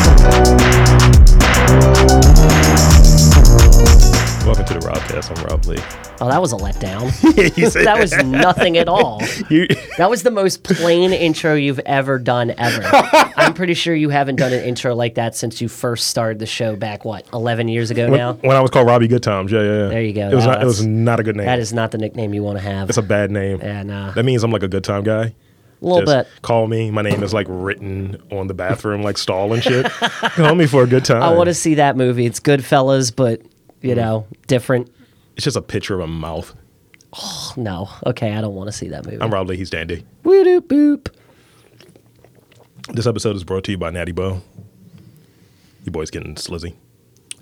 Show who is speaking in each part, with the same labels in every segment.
Speaker 1: seriously.
Speaker 2: Oh, that was a letdown.
Speaker 1: He's-
Speaker 2: that was nothing at all.
Speaker 1: you,
Speaker 2: That was the most plain intro you've ever done ever. I'm pretty sure you haven't done an intro like that since you first started the show back what 11 years ago
Speaker 1: when,
Speaker 2: now.
Speaker 1: when I was called Robbie Good Times. Yeah, yeah, yeah.
Speaker 2: There you go.
Speaker 1: It was,
Speaker 2: Wow,
Speaker 1: not, it was
Speaker 2: that's-
Speaker 1: not a good name.
Speaker 2: That is not the nickname you want to have.
Speaker 1: It's a bad name.
Speaker 2: yeah, nah.
Speaker 1: That means I'm like a good time guy.
Speaker 2: A little bit.
Speaker 1: Just Call me. My name is like written on the bathroom like stall and shit. call me for a Mm. good time.
Speaker 2: I want to see that movie. It's Goodfellas, but you know, different.
Speaker 1: It's just a picture of a mouth.
Speaker 2: No, okay, I don't want to see that movie.
Speaker 1: I'm Rob Lee. He's Dandy.
Speaker 2: Woo doop boop.
Speaker 1: This episode is brought to you by Natty Bo. You boys getting slizzy.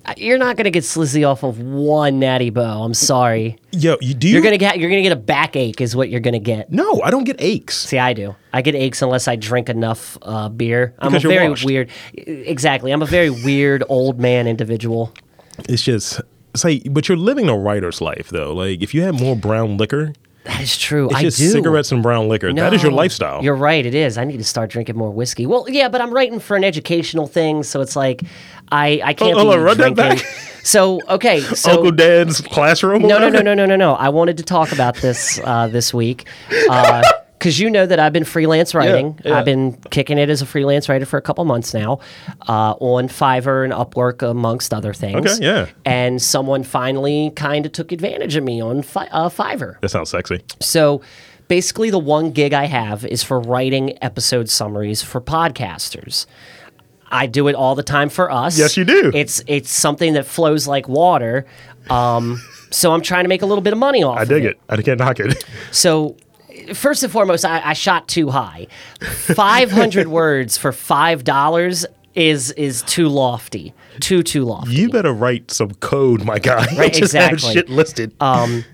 Speaker 2: Uh, You're not gonna get slizzy off of one natty bow. I'm sorry.
Speaker 1: Yo, you do.
Speaker 2: You're gonna get you're gonna get a backache is what you're gonna get.
Speaker 1: No, I don't get aches.
Speaker 2: See, I do. I get aches unless I drink enough uh, beer. I'm
Speaker 1: Because
Speaker 2: a
Speaker 1: you're
Speaker 2: very
Speaker 1: washed.
Speaker 2: weird. e, Exactly. I'm a very weird old man individual.
Speaker 1: It's just. It's like, but you're living a writer's life though. Like, if you had more brown liquor,
Speaker 2: That is true.
Speaker 1: it's
Speaker 2: I
Speaker 1: just
Speaker 2: do.
Speaker 1: cigarettes and brown liquor. That is your
Speaker 2: No,
Speaker 1: lifestyle.
Speaker 2: You're right. It is. I need to start drinking more whiskey. Well, yeah, but I'm writing for an educational thing, so it's like I I can't
Speaker 1: Oh, hold
Speaker 2: be
Speaker 1: on, run that
Speaker 2: drinking.
Speaker 1: back.
Speaker 2: So okay, so
Speaker 1: Uncle Dad's classroom.
Speaker 2: no, no, no, no, no, no, no. I wanted to talk about this uh, this week because you know that I've been freelance writing.
Speaker 1: yeah.
Speaker 2: I've been kicking it as a freelance writer for a couple months now uh, on Fiverr and Upwork, amongst other things.
Speaker 1: Okay, yeah.
Speaker 2: And someone finally kind of took advantage of me on fi- uh, Fiverr.
Speaker 1: That sounds sexy.
Speaker 2: So basically, the one gig I have is for writing episode summaries for podcasters. I do it all the time for us.
Speaker 1: Yes, you do.
Speaker 2: It's it's something that flows like water. Um, so I'm trying to make a little bit of money off.
Speaker 1: I dig it. I can't knock it.
Speaker 2: So, first and foremost, I, I shot too high. Five hundred words for five dollars is is too lofty. Too too lofty.
Speaker 1: You better write some code, my guy.
Speaker 2: Right,
Speaker 1: Just have
Speaker 2: exactly.
Speaker 1: shit listed.
Speaker 2: Um,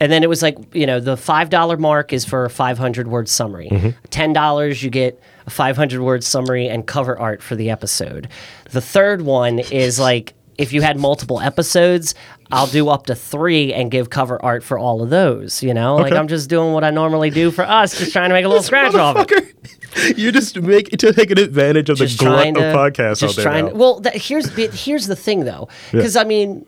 Speaker 2: and then it was like, you know, the $5 mark is for a 500 word summary. $10, you get a 500 word summary and cover art for the episode. The third one is like, if you had multiple episodes, I'll do up to three and give cover art for all of those. You know, like
Speaker 1: Okay.
Speaker 2: I'm just doing what I normally do for us, just trying to make a little scratch off it.
Speaker 1: Motherfucker. You're just make, just taking advantage of the grunt of podcasts out
Speaker 2: just
Speaker 1: there.
Speaker 2: trying
Speaker 1: now.
Speaker 2: to- well, that, here's the- here's the thing though, because I mean,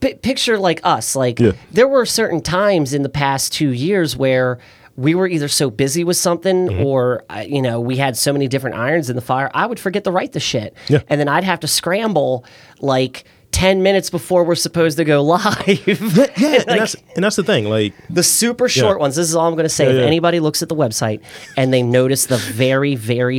Speaker 2: pi picture like us. Like
Speaker 1: Yeah.
Speaker 2: there were certain times in the past two years where we were either so busy with something
Speaker 1: Mm-hmm.
Speaker 2: or uh, you know we had so many different irons in the fire. I would forget to write the shit,
Speaker 1: Yeah.
Speaker 2: and then I'd have to scramble like. 10 minutes before we're supposed to go live.
Speaker 1: yeah, and, that's, and that's the thing. Like,
Speaker 2: The super short ones. This is all I'm going to say.
Speaker 1: yeah.
Speaker 2: If anybody looks at the website and they notice the very, very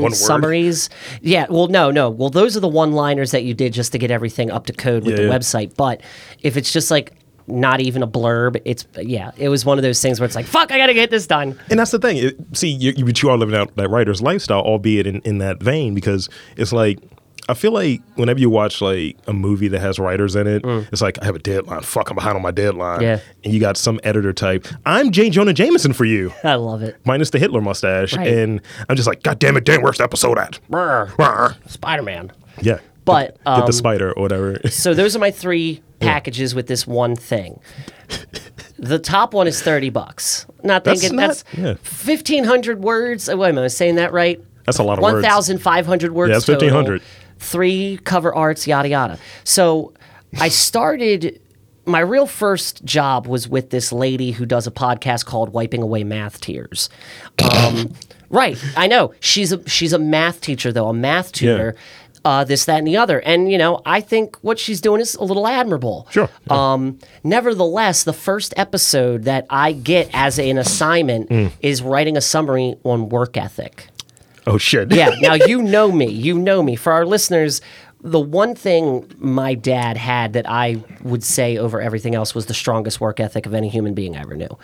Speaker 1: one word?
Speaker 2: summaries, yeah. Well, no, no. Well, those are the one-liners that you did just to get everything up to code with
Speaker 1: Yeah,
Speaker 2: the
Speaker 1: yeah.
Speaker 2: website. But if it's just like not even a blurb, it's yeah. It was one of those things where it's like, fuck, I got to get this done.
Speaker 1: and that's the thing. It- see, you, you, but you are living out that writer's lifestyle, albeit in, in that vein, because it's like, I feel like whenever you watch like a movie that has writers in it, it's like I have a deadline. Fuck, I'm behind on my deadline.
Speaker 2: Mm. Yeah.
Speaker 1: And you got some editor type. I'm J. Jonah Jameson for you.
Speaker 2: I love it.
Speaker 1: minus the Hitler mustache,
Speaker 2: Right.
Speaker 1: and I'm just like, God damn it, Dan, where's the episode at? Rawr.
Speaker 2: Spider-Man.
Speaker 1: Yeah,
Speaker 2: But,
Speaker 1: Get the
Speaker 2: um,
Speaker 1: spider or whatever.
Speaker 2: So those are my three packages with this one thing. The top one is thirty bucks. Not
Speaker 1: That's
Speaker 2: thinking
Speaker 1: not-
Speaker 2: that's,
Speaker 1: yeah.
Speaker 2: fifteen hundred words. Oh, wait a minute, am I saying that right?
Speaker 1: That's a lot of
Speaker 2: One
Speaker 1: words.
Speaker 2: thousand five hundred words.
Speaker 1: Yeah, it's 1,500.
Speaker 2: total, Three cover arts, yada yada. So I started. My real first job was with this lady who does a podcast called "Wiping Away Math Tears." Um, right, I know she's a she's a math teacher though, a math tutor. Uh, this, that, and the other, and you know, I think what she's doing is a little admirable.
Speaker 1: Sure.
Speaker 2: Um, nevertheless, the first episode that I get as an assignment is writing a summary on work ethic.
Speaker 1: oh shit.
Speaker 2: Yeah. Now you know me. You know me. For our listeners, the one thing my dad had that I would say over everything else was the strongest work ethic of any human being I ever knew.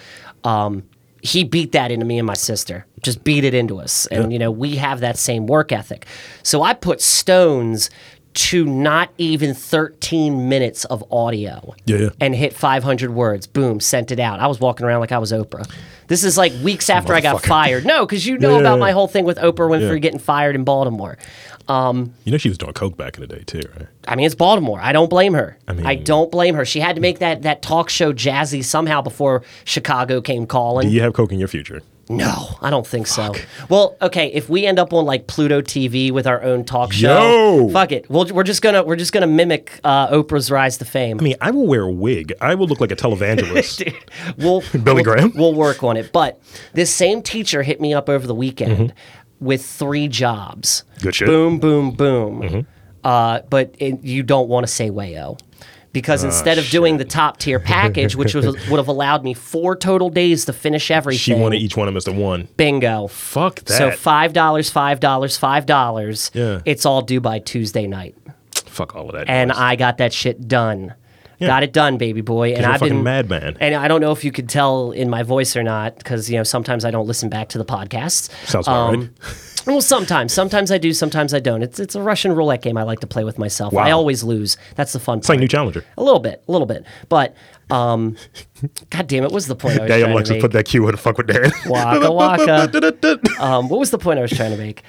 Speaker 2: Um, he beat that into me and my sister. Just beat it into us. And you know, we have that same work ethic. So I put stones to not even 13 minutes of audio
Speaker 1: Yeah, yeah.
Speaker 2: and hit 500 words boom sent it out i was walking around like i was oprah this is like weeks after i got
Speaker 1: Motherfucker.
Speaker 2: fired no because you know
Speaker 1: Yeah, yeah,
Speaker 2: about
Speaker 1: yeah.
Speaker 2: my whole whole thing with Oprah Winfrey
Speaker 1: Yeah.
Speaker 2: getting fired in Baltimore. Um,
Speaker 1: You know she was doing coke back in the day too, right?
Speaker 2: I mean, it's Baltimore. I don't blame her. I,
Speaker 1: mean-
Speaker 2: don't blame her. She had to make that that talk show jazzy somehow before Chicago came calling.
Speaker 1: You have coke in your future.
Speaker 2: No, I don't think so. Well, okay, if we end up on like Pluto TV with our own talk show,
Speaker 1: Yo!
Speaker 2: fuck it. We'll, we're just gonna we're just gonna mimic uh, Oprah's rise to fame.
Speaker 1: I mean, I will wear a wig. I will look like a televangelist.
Speaker 2: we'll
Speaker 1: Billy
Speaker 2: we'll-
Speaker 1: Graham?
Speaker 2: We'll work on it. But this same teacher hit me up over the weekend with three jobs.
Speaker 1: Mm-hmm. Good shit. Mm-hmm.
Speaker 2: Boom, boom, boom. Uh, but it, you don't want to say wayo. Because
Speaker 1: Ah,
Speaker 2: instead of doing the top tier package, which was, would have allowed me four total days to finish everything,
Speaker 1: she wanted each one of us to one.
Speaker 2: bingo.
Speaker 1: Fuck that.
Speaker 2: So five dollars, five dollars, five dollars.
Speaker 1: Yeah.
Speaker 2: It's all due by Tuesday night,
Speaker 1: Fuck all of that.
Speaker 2: and
Speaker 1: noise.
Speaker 2: I got that shit done. Got it done, baby boy. And
Speaker 1: you're a
Speaker 2: I've been
Speaker 1: fucking madman.
Speaker 2: And I don't know if you could tell in my voice or not, because you know sometimes I don't listen back to the podcasts. Um,
Speaker 1: Sounds about right.
Speaker 2: well, sometimes, sometimes I do, sometimes I don't. It's it's a Russian roulette game I like to play with myself.
Speaker 1: Wow.
Speaker 2: I always lose. That's the fun
Speaker 1: It's like
Speaker 2: part.
Speaker 1: New Challenger.
Speaker 2: a little bit, a little bit, but um, god damn it, what was the point? I was
Speaker 1: Yeah, yeah,
Speaker 2: trying to
Speaker 1: Alexis,
Speaker 2: make?
Speaker 1: put that cue in. Fuck with Dan.
Speaker 2: Waka waka. um, what was the point I was trying to make?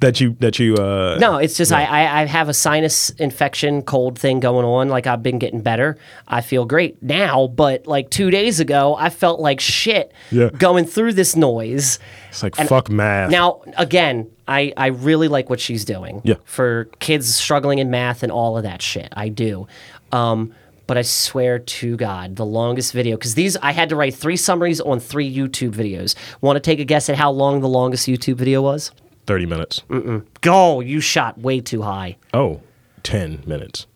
Speaker 1: that you, that you, uh,
Speaker 2: No, it's just I, I I have a sinus infection, cold thing going on. Like I've been getting better. I feel great now, but like two days ago, I felt like shit
Speaker 1: Yeah.
Speaker 2: going through this noise.
Speaker 1: it's like fuck math.
Speaker 2: Now, again, I, I really like what she's doing
Speaker 1: Yeah.
Speaker 2: for kids struggling in math and all of that shit. I do. Um, but I swear to God, the longest video, because these, I had to write three summaries on three YouTube videos. Want to take a guess at how long the longest YouTube video was?
Speaker 1: 30 minutes.
Speaker 2: Mm. Go, you shot way too high.
Speaker 1: Oh, 10 minutes.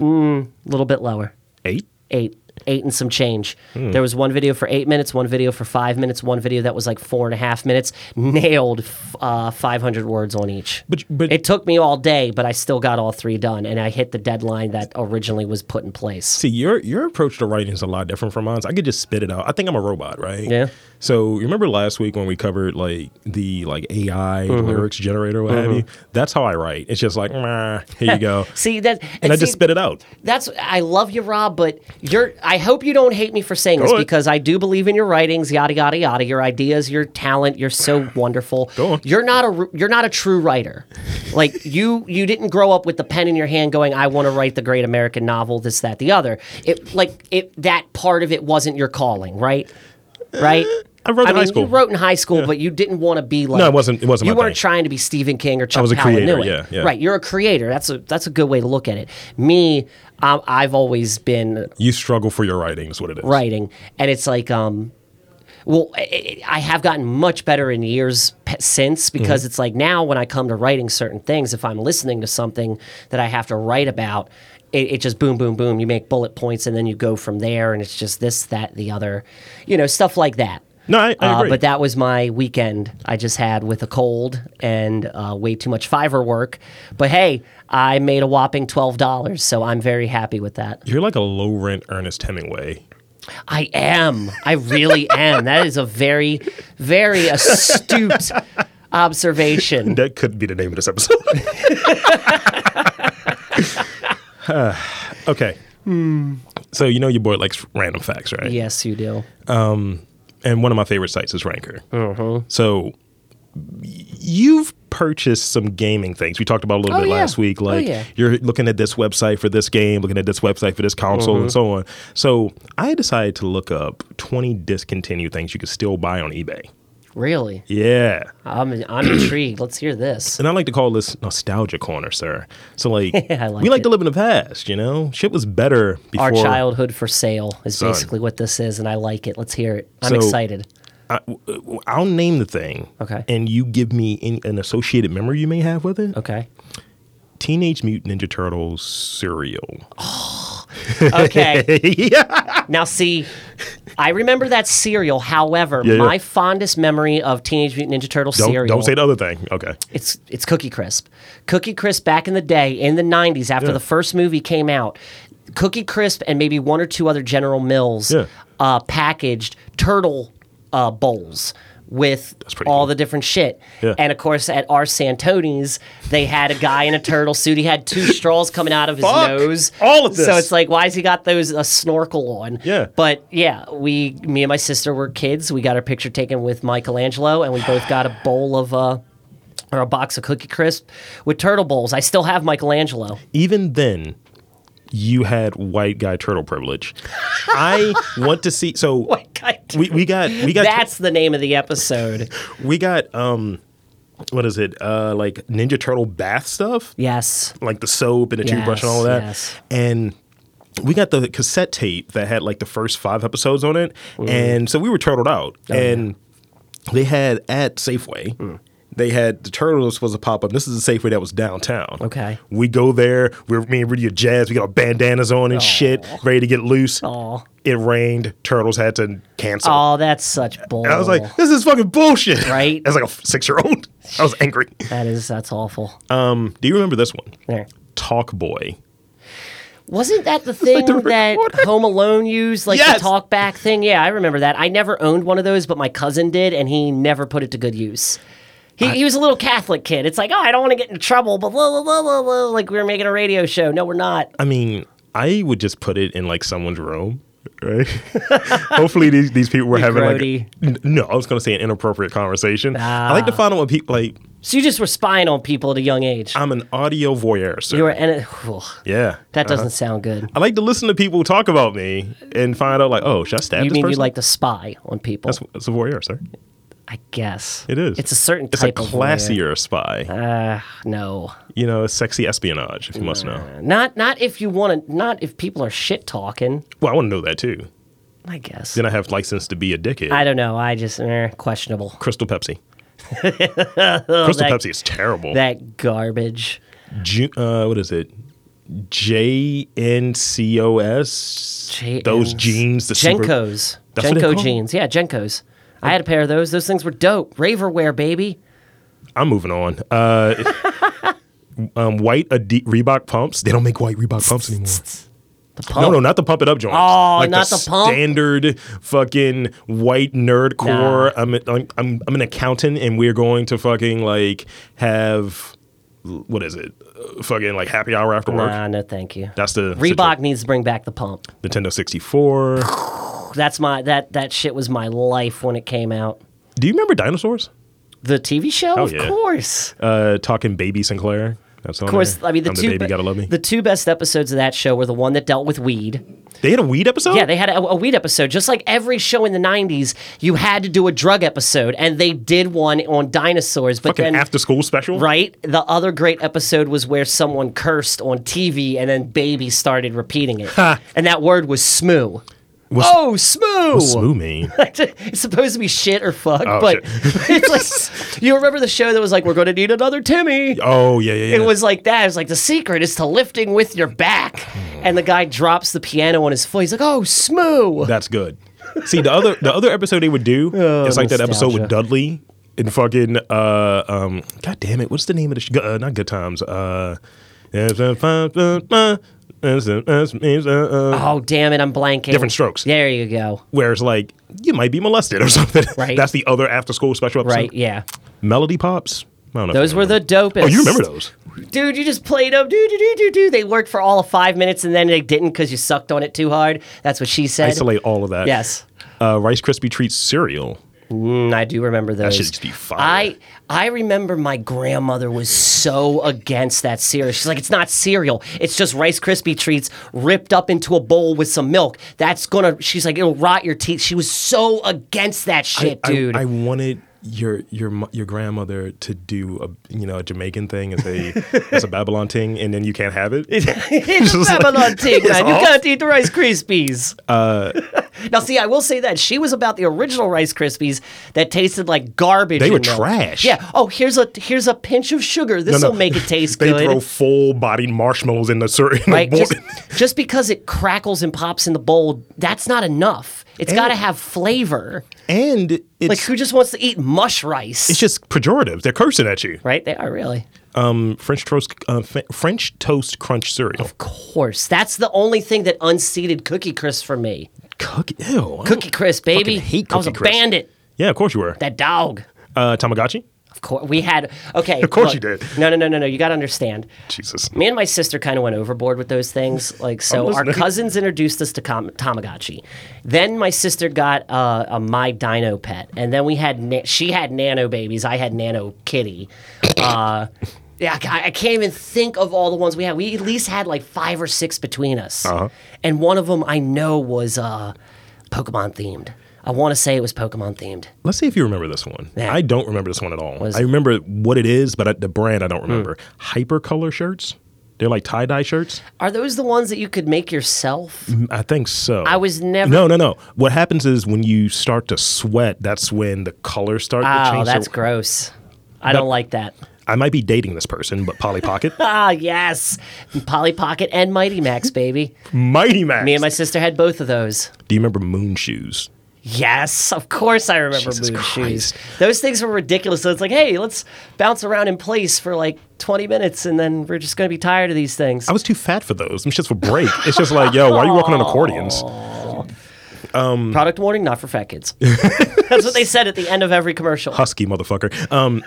Speaker 2: A little bit lower.
Speaker 1: Eight?
Speaker 2: eight eight and some change
Speaker 1: Hmm.
Speaker 2: there was one video for eight minutes one video for five minutes one video that was like four and a half minutes nailed f- uh, 500 words on each
Speaker 1: But- but-
Speaker 2: it took me all day but i still got all three done and i hit the deadline that originally was put in place
Speaker 1: See, your your approach to writing is a lot different from mine. I could just spit it out. I think I'm a robot, right?
Speaker 2: Yeah.
Speaker 1: So you remember last week when we covered like the like AI
Speaker 2: Mm-hmm.
Speaker 1: lyrics generator, what have you? That's how I write. It's just like, "Meh, here you go.
Speaker 2: see that
Speaker 1: and I
Speaker 2: see,
Speaker 1: just spit it out.
Speaker 2: that's i love you rob but you're i hope you don't hate me for saying this
Speaker 1: Go on.
Speaker 2: because i do believe in your writings yada yada yada your ideas your talent you're so wonderful
Speaker 1: Go on.
Speaker 2: you're not a r- you're not a true writer like you you didn't grow up with the pen in your hand going i want to write the great american novel this that the other it like it that part of it wasn't your calling right right
Speaker 1: I wrote in high
Speaker 2: mean,
Speaker 1: school.
Speaker 2: You wrote in high school, but you didn't want to be like.
Speaker 1: it wasn't- it wasn't
Speaker 2: You
Speaker 1: my
Speaker 2: weren't
Speaker 1: thing.
Speaker 2: trying to be Stephen King or Chuck
Speaker 1: was a creator,
Speaker 2: Palahniuk.
Speaker 1: yeah, yeah.
Speaker 2: Right. You're a creator. That's a that's a good way to look at it. Me, um, I've always been
Speaker 1: You struggle for your writing is what it is.
Speaker 2: writing, and it's like, um, well, I I- I have gotten much better in years p- since
Speaker 1: Mm-hmm.
Speaker 2: because it's like now when I come to writing certain things, if I'm listening to something that I have to write about, it, it just boom, boom, boom. You make bullet points, and then you go from there, and it's just this, that, the other, you know, stuff like that.
Speaker 1: No, I, I
Speaker 2: Uh,
Speaker 1: agree.
Speaker 2: but that was my weekend I just had with a cold and uh, way too much Fiverr work. But hey, I made a whopping $12, so I'm very happy with that.
Speaker 1: You're like a low rent Ernest Hemingway.
Speaker 2: I am. I really am. That is a very, very astute observation.
Speaker 1: That could be the name of this episode. okay.
Speaker 2: Hmm.
Speaker 1: So you know your boy likes random facts, right?
Speaker 2: Yes, you do.
Speaker 1: and one of my favorite sites is Ranker.
Speaker 2: Uh-huh.
Speaker 1: So y- you've purchased some gaming things. We talked about a little
Speaker 2: Oh,
Speaker 1: bit
Speaker 2: yeah.
Speaker 1: last week.
Speaker 2: Oh,
Speaker 1: Like
Speaker 2: yeah.
Speaker 1: you're looking at this website for this game, looking at this website for this console,
Speaker 2: Uh-huh.
Speaker 1: and so on. So I decided to look up 20 discontinued things you could still buy on eBay.
Speaker 2: Really?
Speaker 1: Yeah.
Speaker 2: I'm, I'm intrigued. Let's hear this.
Speaker 1: And I like to call this nostalgia corner, sir. So like,
Speaker 2: I like
Speaker 1: we like
Speaker 2: it.
Speaker 1: to live in the past, you know? Shit was better before
Speaker 2: Our childhood for sale is
Speaker 1: Son.
Speaker 2: basically what this is, and I like it. Let's hear it. I'm
Speaker 1: So-
Speaker 2: excited.
Speaker 1: I, w- I'll name the thing.
Speaker 2: Okay.
Speaker 1: And you give me any, an associated memory you may have with it.
Speaker 2: Okay.
Speaker 1: Teenage Mutant Ninja Turtles cereal.
Speaker 2: Okay. Now, see, I remember that cereal. However,
Speaker 1: Yeah, yeah.
Speaker 2: my fondest memory of Teenage Mutant Ninja Turtles
Speaker 1: Don't,
Speaker 2: cereal
Speaker 1: don't say the other thing. Okay.
Speaker 2: it's it's Cookie Crisp. Cookie Crisp back in the day in the 90s after
Speaker 1: Yeah.
Speaker 2: the first movie came out, Cookie Crisp and maybe one or two other General Mills
Speaker 1: Yeah.
Speaker 2: uh, packaged turtle uh, bowls with
Speaker 1: pretty
Speaker 2: all
Speaker 1: cool.
Speaker 2: the different shit.
Speaker 1: Yeah.
Speaker 2: And of course at our Santoni's, they had a guy in a turtle suit. He had two straws coming out of his
Speaker 1: Fuck!
Speaker 2: nose.
Speaker 1: All of
Speaker 2: So
Speaker 1: this.
Speaker 2: it's like why has he got those a snorkel on?
Speaker 1: Yeah.
Speaker 2: But yeah, we me and my sister were kids. We got our picture taken with Michelangelo and we both got a bowl of uh or a box of Cookie Crisp with turtle bowls. I still have Michelangelo.
Speaker 1: Even then, you had white guy turtle privilege. I want to see. So
Speaker 2: White guy turtle.
Speaker 1: we, we got we got
Speaker 2: That's the name of the episode.
Speaker 1: we got um what is it uh like Ninja Turtle bath stuff
Speaker 2: Yes.
Speaker 1: like the soap and the toothbrush and all
Speaker 2: Yes,
Speaker 1: that
Speaker 2: yes.
Speaker 1: and. We got the cassette tape that had like the first five episodes on it,
Speaker 2: Mm.
Speaker 1: and so we were turtled out.
Speaker 2: Oh,
Speaker 1: and they had at Safeway,
Speaker 2: Mm.
Speaker 1: they had the turtle that was supposed to pop up. This is the Safeway that was downtown.
Speaker 2: Okay.
Speaker 1: We go there. We're me and Rudy are jazzed. We got our bandanas on and shit, ready to get loose.
Speaker 2: Aw.
Speaker 1: It rained. Turtles had to cancel.
Speaker 2: Oh, that's such bull.
Speaker 1: And I was like, this is fucking bullshit.
Speaker 2: Right?
Speaker 1: As like a six year old, I was angry.
Speaker 2: that is that's awful.
Speaker 1: Um, do you remember this one?
Speaker 2: there.
Speaker 1: Talk Boy.
Speaker 2: Wasn't that the thing
Speaker 1: the
Speaker 2: that
Speaker 1: recorder.
Speaker 2: Home Alone used, like
Speaker 1: Yes.
Speaker 2: the talk back thing? Yeah, I remember that. I never owned one of those, but my cousin did, and he never put it to good use. He, he was a little Catholic kid. It's like, oh, I don't want to get in trouble, but blah, blah, blah, blah, blah, like we were making a radio show. No, we're not.
Speaker 1: I mean, I would just put it in like someone's room, right? Hopefully, these, these people were having
Speaker 2: grody.
Speaker 1: like n- no, I was going to say an inappropriate conversation. I like to
Speaker 2: Ah.
Speaker 1: find out what people like.
Speaker 2: So you just were spying on people at a young age.
Speaker 1: I'm an audio voyeur, sir.
Speaker 2: you were, and it, whew,
Speaker 1: yeah,
Speaker 2: that
Speaker 1: Uh,
Speaker 2: doesn't sound good.
Speaker 1: I like to listen to people talk about me and find out like, oh, should I stab
Speaker 2: You
Speaker 1: this
Speaker 2: mean
Speaker 1: person?
Speaker 2: you like to spy on people?
Speaker 1: that's, that's a voyeur, sir.
Speaker 2: I guess
Speaker 1: It is.
Speaker 2: It's a certain
Speaker 1: It's a
Speaker 2: type of voyeur. Ah.
Speaker 1: classier spy.
Speaker 2: No,
Speaker 1: you know, sexy espionage, if you must know.
Speaker 2: not not if you want to. Not if people are shit talking.
Speaker 1: Well, I want to know that too.
Speaker 2: I guess.
Speaker 1: Then I have license to be a dickhead.
Speaker 2: I don't know. I just eh, questionable.
Speaker 1: Crystal Pepsi. Crystal
Speaker 2: that-
Speaker 1: Pepsi is terrible.
Speaker 2: That garbage.
Speaker 1: Ju- uh, what is it? J N C O S.
Speaker 2: J-
Speaker 1: Those
Speaker 2: and-
Speaker 1: jeans. The super-
Speaker 2: Jenkos.
Speaker 1: That's what they're
Speaker 2: Jenko
Speaker 1: called?
Speaker 2: jeans. Yeah, Jenkos.
Speaker 1: Oh.
Speaker 2: I had a pair of those. Those things were dope. Raver wear, baby.
Speaker 1: I'm moving on. Uh, um, white Adi- Reebok pumps. They don't make white Reebok pumps anymore.
Speaker 2: The
Speaker 1: No,
Speaker 2: pump.
Speaker 1: no, not the pump it up joint.
Speaker 2: Oh, not the pump?
Speaker 1: Standard fucking white nerd core. I'm, a- I'm I'm I'm an accountant, and we're going to fucking like have what is it? Uh, fucking like happy hour after work.
Speaker 2: Nah, no, thank you.
Speaker 1: That's the
Speaker 2: Reebok needs to bring back the pump.
Speaker 1: situa- Nintendo 64.
Speaker 2: That's my that that shit was my life when it came out.
Speaker 1: Do you remember dinosaurs?
Speaker 2: The TV show,
Speaker 1: Oh,
Speaker 2: of
Speaker 1: yeah.
Speaker 2: course.
Speaker 1: uh, talking baby Sinclair. That's on
Speaker 2: Of course,
Speaker 1: there.
Speaker 2: I mean the
Speaker 1: I'm
Speaker 2: two
Speaker 1: baby
Speaker 2: be-
Speaker 1: gotta love me.
Speaker 2: the two best episodes of that show were the one that dealt with weed
Speaker 1: they had a weed episode.
Speaker 2: Yeah, they had a, a weed episode. Just like every show in the 90s, you had to do a drug episode, and they did one on dinosaurs. But
Speaker 1: fucking
Speaker 2: then,
Speaker 1: after school special.
Speaker 2: right, the other great episode was where someone cursed on TV, and then Baby started repeating it. and that word was smoo. oh, smoo!
Speaker 1: Smooth me.
Speaker 2: it's supposed to be shit or fuck,
Speaker 1: Oh,
Speaker 2: but it's like, you remember the show that was like, we're going to need another Timmy?
Speaker 1: Oh yeah yeah yeah.
Speaker 2: It was like that. It was like the secret is to lifting with your back. And the guy drops the piano on his foot. He's like, "Oh, smoo!"
Speaker 1: That's good. See the other the other episode they would do.
Speaker 2: Oh,
Speaker 1: it's like that episode with Dudley and fucking uh um. God damn it! What's the name of the sh- uh, not Good Times? Uh. Where
Speaker 2: Oh damn it! I'm blanking.
Speaker 1: Different strokes.
Speaker 2: There you go.
Speaker 1: uh, it's like you might be molested or something.
Speaker 2: Right.
Speaker 1: That's the other after school special episode.
Speaker 2: Right? Yeah.
Speaker 1: Melody pops. I don't know if
Speaker 2: Those
Speaker 1: you
Speaker 2: were the
Speaker 1: remember.
Speaker 2: dopest.
Speaker 1: Oh, you remember those?
Speaker 2: dude? You just played them. Do do do do do. They worked for all of five minutes and then they didn't because you sucked on it too hard. That's what she said.
Speaker 1: Isolate all of that.
Speaker 2: Yes.
Speaker 1: uh, Rice Krispie Treats cereal.
Speaker 2: Mm, I do remember those.
Speaker 1: should just be fire.
Speaker 2: I I remember my grandmother was so against that cereal. She's like, it's not cereal. It's just Rice Krispie treats ripped up into a bowl with some milk. That's gonna. She's like, it'll rot your teeth. She was so against that shit,
Speaker 1: I,
Speaker 2: dude.
Speaker 1: I, wanted your your mo- your grandmother to do a you know a Jamaican thing as a as a Babylon thing, and then you can't have it.
Speaker 2: It's a
Speaker 1: Just like-
Speaker 2: Babylon thing,
Speaker 1: It's
Speaker 2: man. You
Speaker 1: off.
Speaker 2: can't eat the Rice Krispies.
Speaker 1: Uh,
Speaker 2: now, see, I will say that she was about the original Rice Krispies that tasted like garbage.
Speaker 1: They were
Speaker 2: in them.
Speaker 1: trash.
Speaker 2: Yeah. Oh, here's a here's a pinch of sugar. This will make it taste
Speaker 1: they
Speaker 2: good.
Speaker 1: throw full bodied marshmallows in the cereal.
Speaker 2: right? Just, just because it crackles and pops in the bowl, that's not enough. It's got to have flavor.
Speaker 1: and it's
Speaker 2: Like, who just wants to eat mush rice?
Speaker 1: it's just pejorative. They're cursing at you.
Speaker 2: right? They are really.
Speaker 1: French toast, uh, f- French toast crunch cereal.
Speaker 2: Of course. That's the only thing that unseated Cookie Crisp for me.
Speaker 1: Cook, ew, I
Speaker 2: Cookie Crisp, baby.
Speaker 1: fucking hate
Speaker 2: I was a
Speaker 1: Cookie Crisp.
Speaker 2: bandit.
Speaker 1: Yeah, of course you were.
Speaker 2: That dog.
Speaker 1: Uh, Tamagotchi.
Speaker 2: Of course, we had. Okay, of
Speaker 1: course you did.
Speaker 2: No, no, no, no, no. You got to understand.
Speaker 1: Jesus.
Speaker 2: Me and my sister kind of went overboard with those things. Like, so our
Speaker 1: listening.
Speaker 2: cousins introduced us to com- Tamagotchi. Then my sister got uh, a My Dino Pet, and then we had na- she had Nano babies. I had Nano Kitty. Uh, Yeah, I, I can't even think of all the ones we had. We at least had like five or six between us,
Speaker 1: Uh-huh.
Speaker 2: and one of them I know was uh, Pokemon themed. I want to say it was Pokemon themed.
Speaker 1: Let's see if you remember this one.
Speaker 2: Yeah.
Speaker 1: I don't remember this one at all.
Speaker 2: is
Speaker 1: I
Speaker 2: it? Hmm.
Speaker 1: remember what it is, but I, the brand I don't remember. Hyper color shirts. They're like tie dye shirts. Mm,
Speaker 2: Are those the ones that you could make yourself?
Speaker 1: I think so.
Speaker 2: I was never-
Speaker 1: No, no, no. What happens is when you start to sweat, that's when the colors start to
Speaker 2: Oh,
Speaker 1: change.
Speaker 2: that's
Speaker 1: So
Speaker 2: gross. I don't
Speaker 1: That-
Speaker 2: like that.
Speaker 1: I might be dating this person, but Polly Pocket,
Speaker 2: Ah, yes, Polly Pocket and Mighty Max, baby.
Speaker 1: Mighty Max.
Speaker 2: Me and my sister had both of those.
Speaker 1: Do you remember Moon Shoes?
Speaker 2: Yes, of course I remember
Speaker 1: Jesus
Speaker 2: moon shoes.
Speaker 1: Christ.
Speaker 2: Those things were ridiculous. So it's like, hey, let's bounce around in place for like 20 minutes and then we're just going to be tired of these things.
Speaker 1: I was too fat for those. I'm just for break. It's just like, yo, why are you walking on accordions? Um,
Speaker 2: Product warning, not for fat kids. That's what they said at the end of every commercial.
Speaker 1: Husky motherfucker. Um,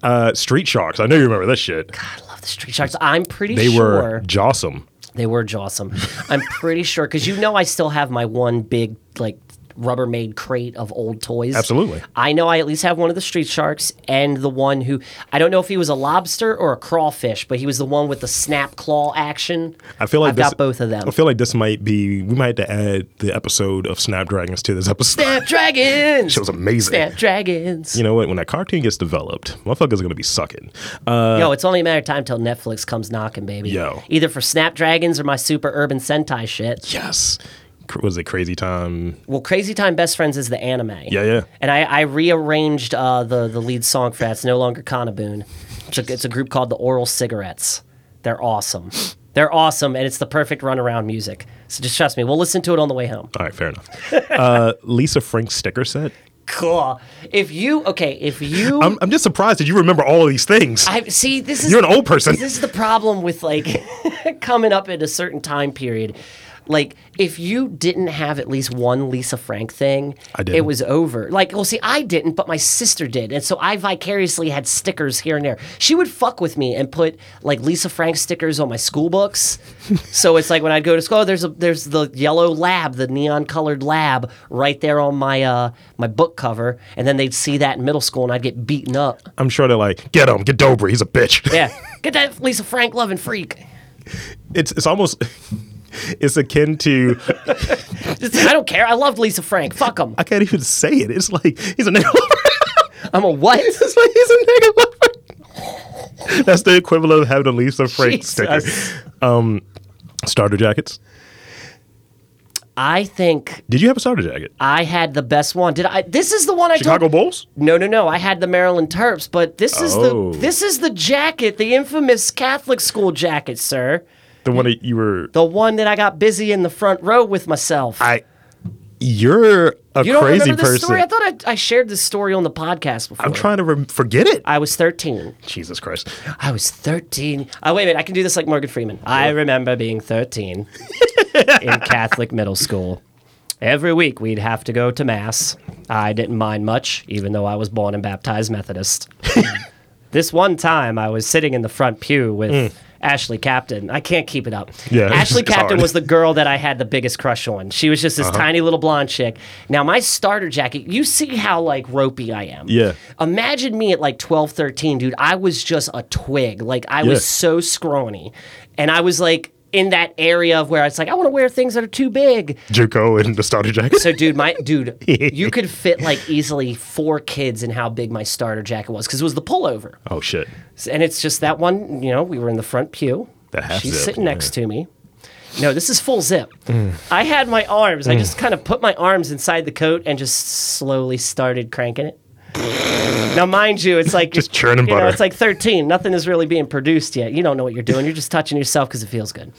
Speaker 1: uh, Street Sharks. I know you remember this shit.
Speaker 2: I love the street sharks. I'm pretty
Speaker 1: They
Speaker 2: sure
Speaker 1: were jawsome.
Speaker 2: they were jawsome. I'm pretty sure because you know I still have my one big like Rubbermaid crate of old toys.
Speaker 1: Absolutely.
Speaker 2: I know I at least have one of the street sharks and the one who I don't know if he was a lobster or a crawfish, but he was the one with the snap claw action.
Speaker 1: I feel like
Speaker 2: I've
Speaker 1: this, Oh,
Speaker 2: got both of them.
Speaker 1: I feel like this might be. We might have to add the episode of Snapdragons to this episode.
Speaker 2: Snapdragons.
Speaker 1: Shit was amazing.
Speaker 2: Snapdragons.
Speaker 1: You know what? When that cartoon gets developed, motherfuckers are gonna be sucking. Uh,
Speaker 2: Yo, it's only a matter of time till Netflix comes knocking, baby.
Speaker 1: Yo.
Speaker 2: Either for Snapdragons or my super urban Sentai shit.
Speaker 1: yes. Cr- Was it Crazy Time?
Speaker 2: Well, Crazy Time Best Friends is the anime.
Speaker 1: Yeah, yeah.
Speaker 2: And I, I rearranged uh, the the lead song for that. It's no longer Conaboon. It's a, it's a group called the Oral Cigarettes. They're awesome. They're awesome, and it's the perfect runaround music. So just trust me. We'll listen to it on the way home.
Speaker 1: All right, fair enough. Uh, Lisa Frank sticker set.
Speaker 2: Cool. If you okay, if you
Speaker 1: I'm, I'm just surprised that you remember all of these things.
Speaker 2: I see this is
Speaker 1: You're an old person.
Speaker 2: This is the problem with like coming up at a certain time period. Like if you didn't have at least one Lisa Frank thing,
Speaker 1: I
Speaker 2: it
Speaker 1: didn't.
Speaker 2: was over. Like, well, see, I didn't, but my sister did, and so I vicariously had stickers here and there. She would fuck with me and put like Lisa Frank stickers on my school books. so it's like when I'd go to school, oh, there's a there's the yellow lab, the neon colored lab, right there on my uh my book cover, and then they'd see that in middle school, and I'd get beaten up.
Speaker 1: I'm sure they're like, get him, get Dobry, he's a bitch.
Speaker 2: Yeah. Get that Lisa Frank loving freak.
Speaker 1: It's it's almost it's akin to
Speaker 2: Just- I don't care. I loved Lisa Frank. Fuck him.
Speaker 1: I can't even say it. It's like he's a nigga. lover.
Speaker 2: I'm a what?
Speaker 1: it's like he's a nigga. lover. That's the equivalent of having a Lisa Frank
Speaker 2: Jesus.
Speaker 1: sticker. Um, starter jackets.
Speaker 2: I think
Speaker 1: Did you have a starter jacket?
Speaker 2: I had the best one. Did I? This is the one I
Speaker 1: Chicago
Speaker 2: told.
Speaker 1: Bulls.
Speaker 2: No, no, no. I had the Maryland Terps, but this is
Speaker 1: Oh.
Speaker 2: the this is the jacket, the infamous Catholic school jacket, sir.
Speaker 1: The one that you were.
Speaker 2: The one that I got busy in the front row with myself.
Speaker 1: I. You're a
Speaker 2: you don't
Speaker 1: crazy
Speaker 2: remember this
Speaker 1: person.
Speaker 2: story? I thought I, I shared this story on the podcast before.
Speaker 1: I'm trying to rem forget it. Ah,
Speaker 2: I was 13.
Speaker 1: Jesus Christ.
Speaker 2: I was 13. Oh, wait a minute. I can do this like Morgan Freeman. I remember being 13 in Catholic middle school. Every week we'd have to go to Mass. I didn't mind much, even though I was born and baptized Methodist. this one time I was sitting in the front pew with. Ashley Captain. I can't keep it up.
Speaker 1: Mm. Yeah,
Speaker 2: Ashley
Speaker 1: it's
Speaker 2: Captain
Speaker 1: hard. Uh-huh.
Speaker 2: was the girl that I had the biggest crush on. She was just this tiny little blonde chick. Now my starter jacket, you see how like ropey I am.
Speaker 1: Yeah.
Speaker 2: Imagine me at like 12, 13, dude. I was just a twig. Like, I was
Speaker 1: Yeah.
Speaker 2: so scrawny. And I was like in that area of where it's like, I want to wear things that are too big.
Speaker 1: Juco and the starter jacket.
Speaker 2: So, dude, my dude, you could fit like easily four kids in how big my starter jacket was because it was the pullover.
Speaker 1: Oh shit.
Speaker 2: And it's just that one, you know, we were in the front pew.
Speaker 1: The half
Speaker 2: She's
Speaker 1: zip, Mm.
Speaker 2: sitting next to me. No, this is full zip. I had my arms. I just kind of put my arms inside the coat and just slowly started cranking it. now, mind you, it's like
Speaker 1: Just churning
Speaker 2: you know,
Speaker 1: butter.
Speaker 2: it's like 13. Nothing is really being produced yet. You don't know what you're doing. You're just touching yourself because it feels good.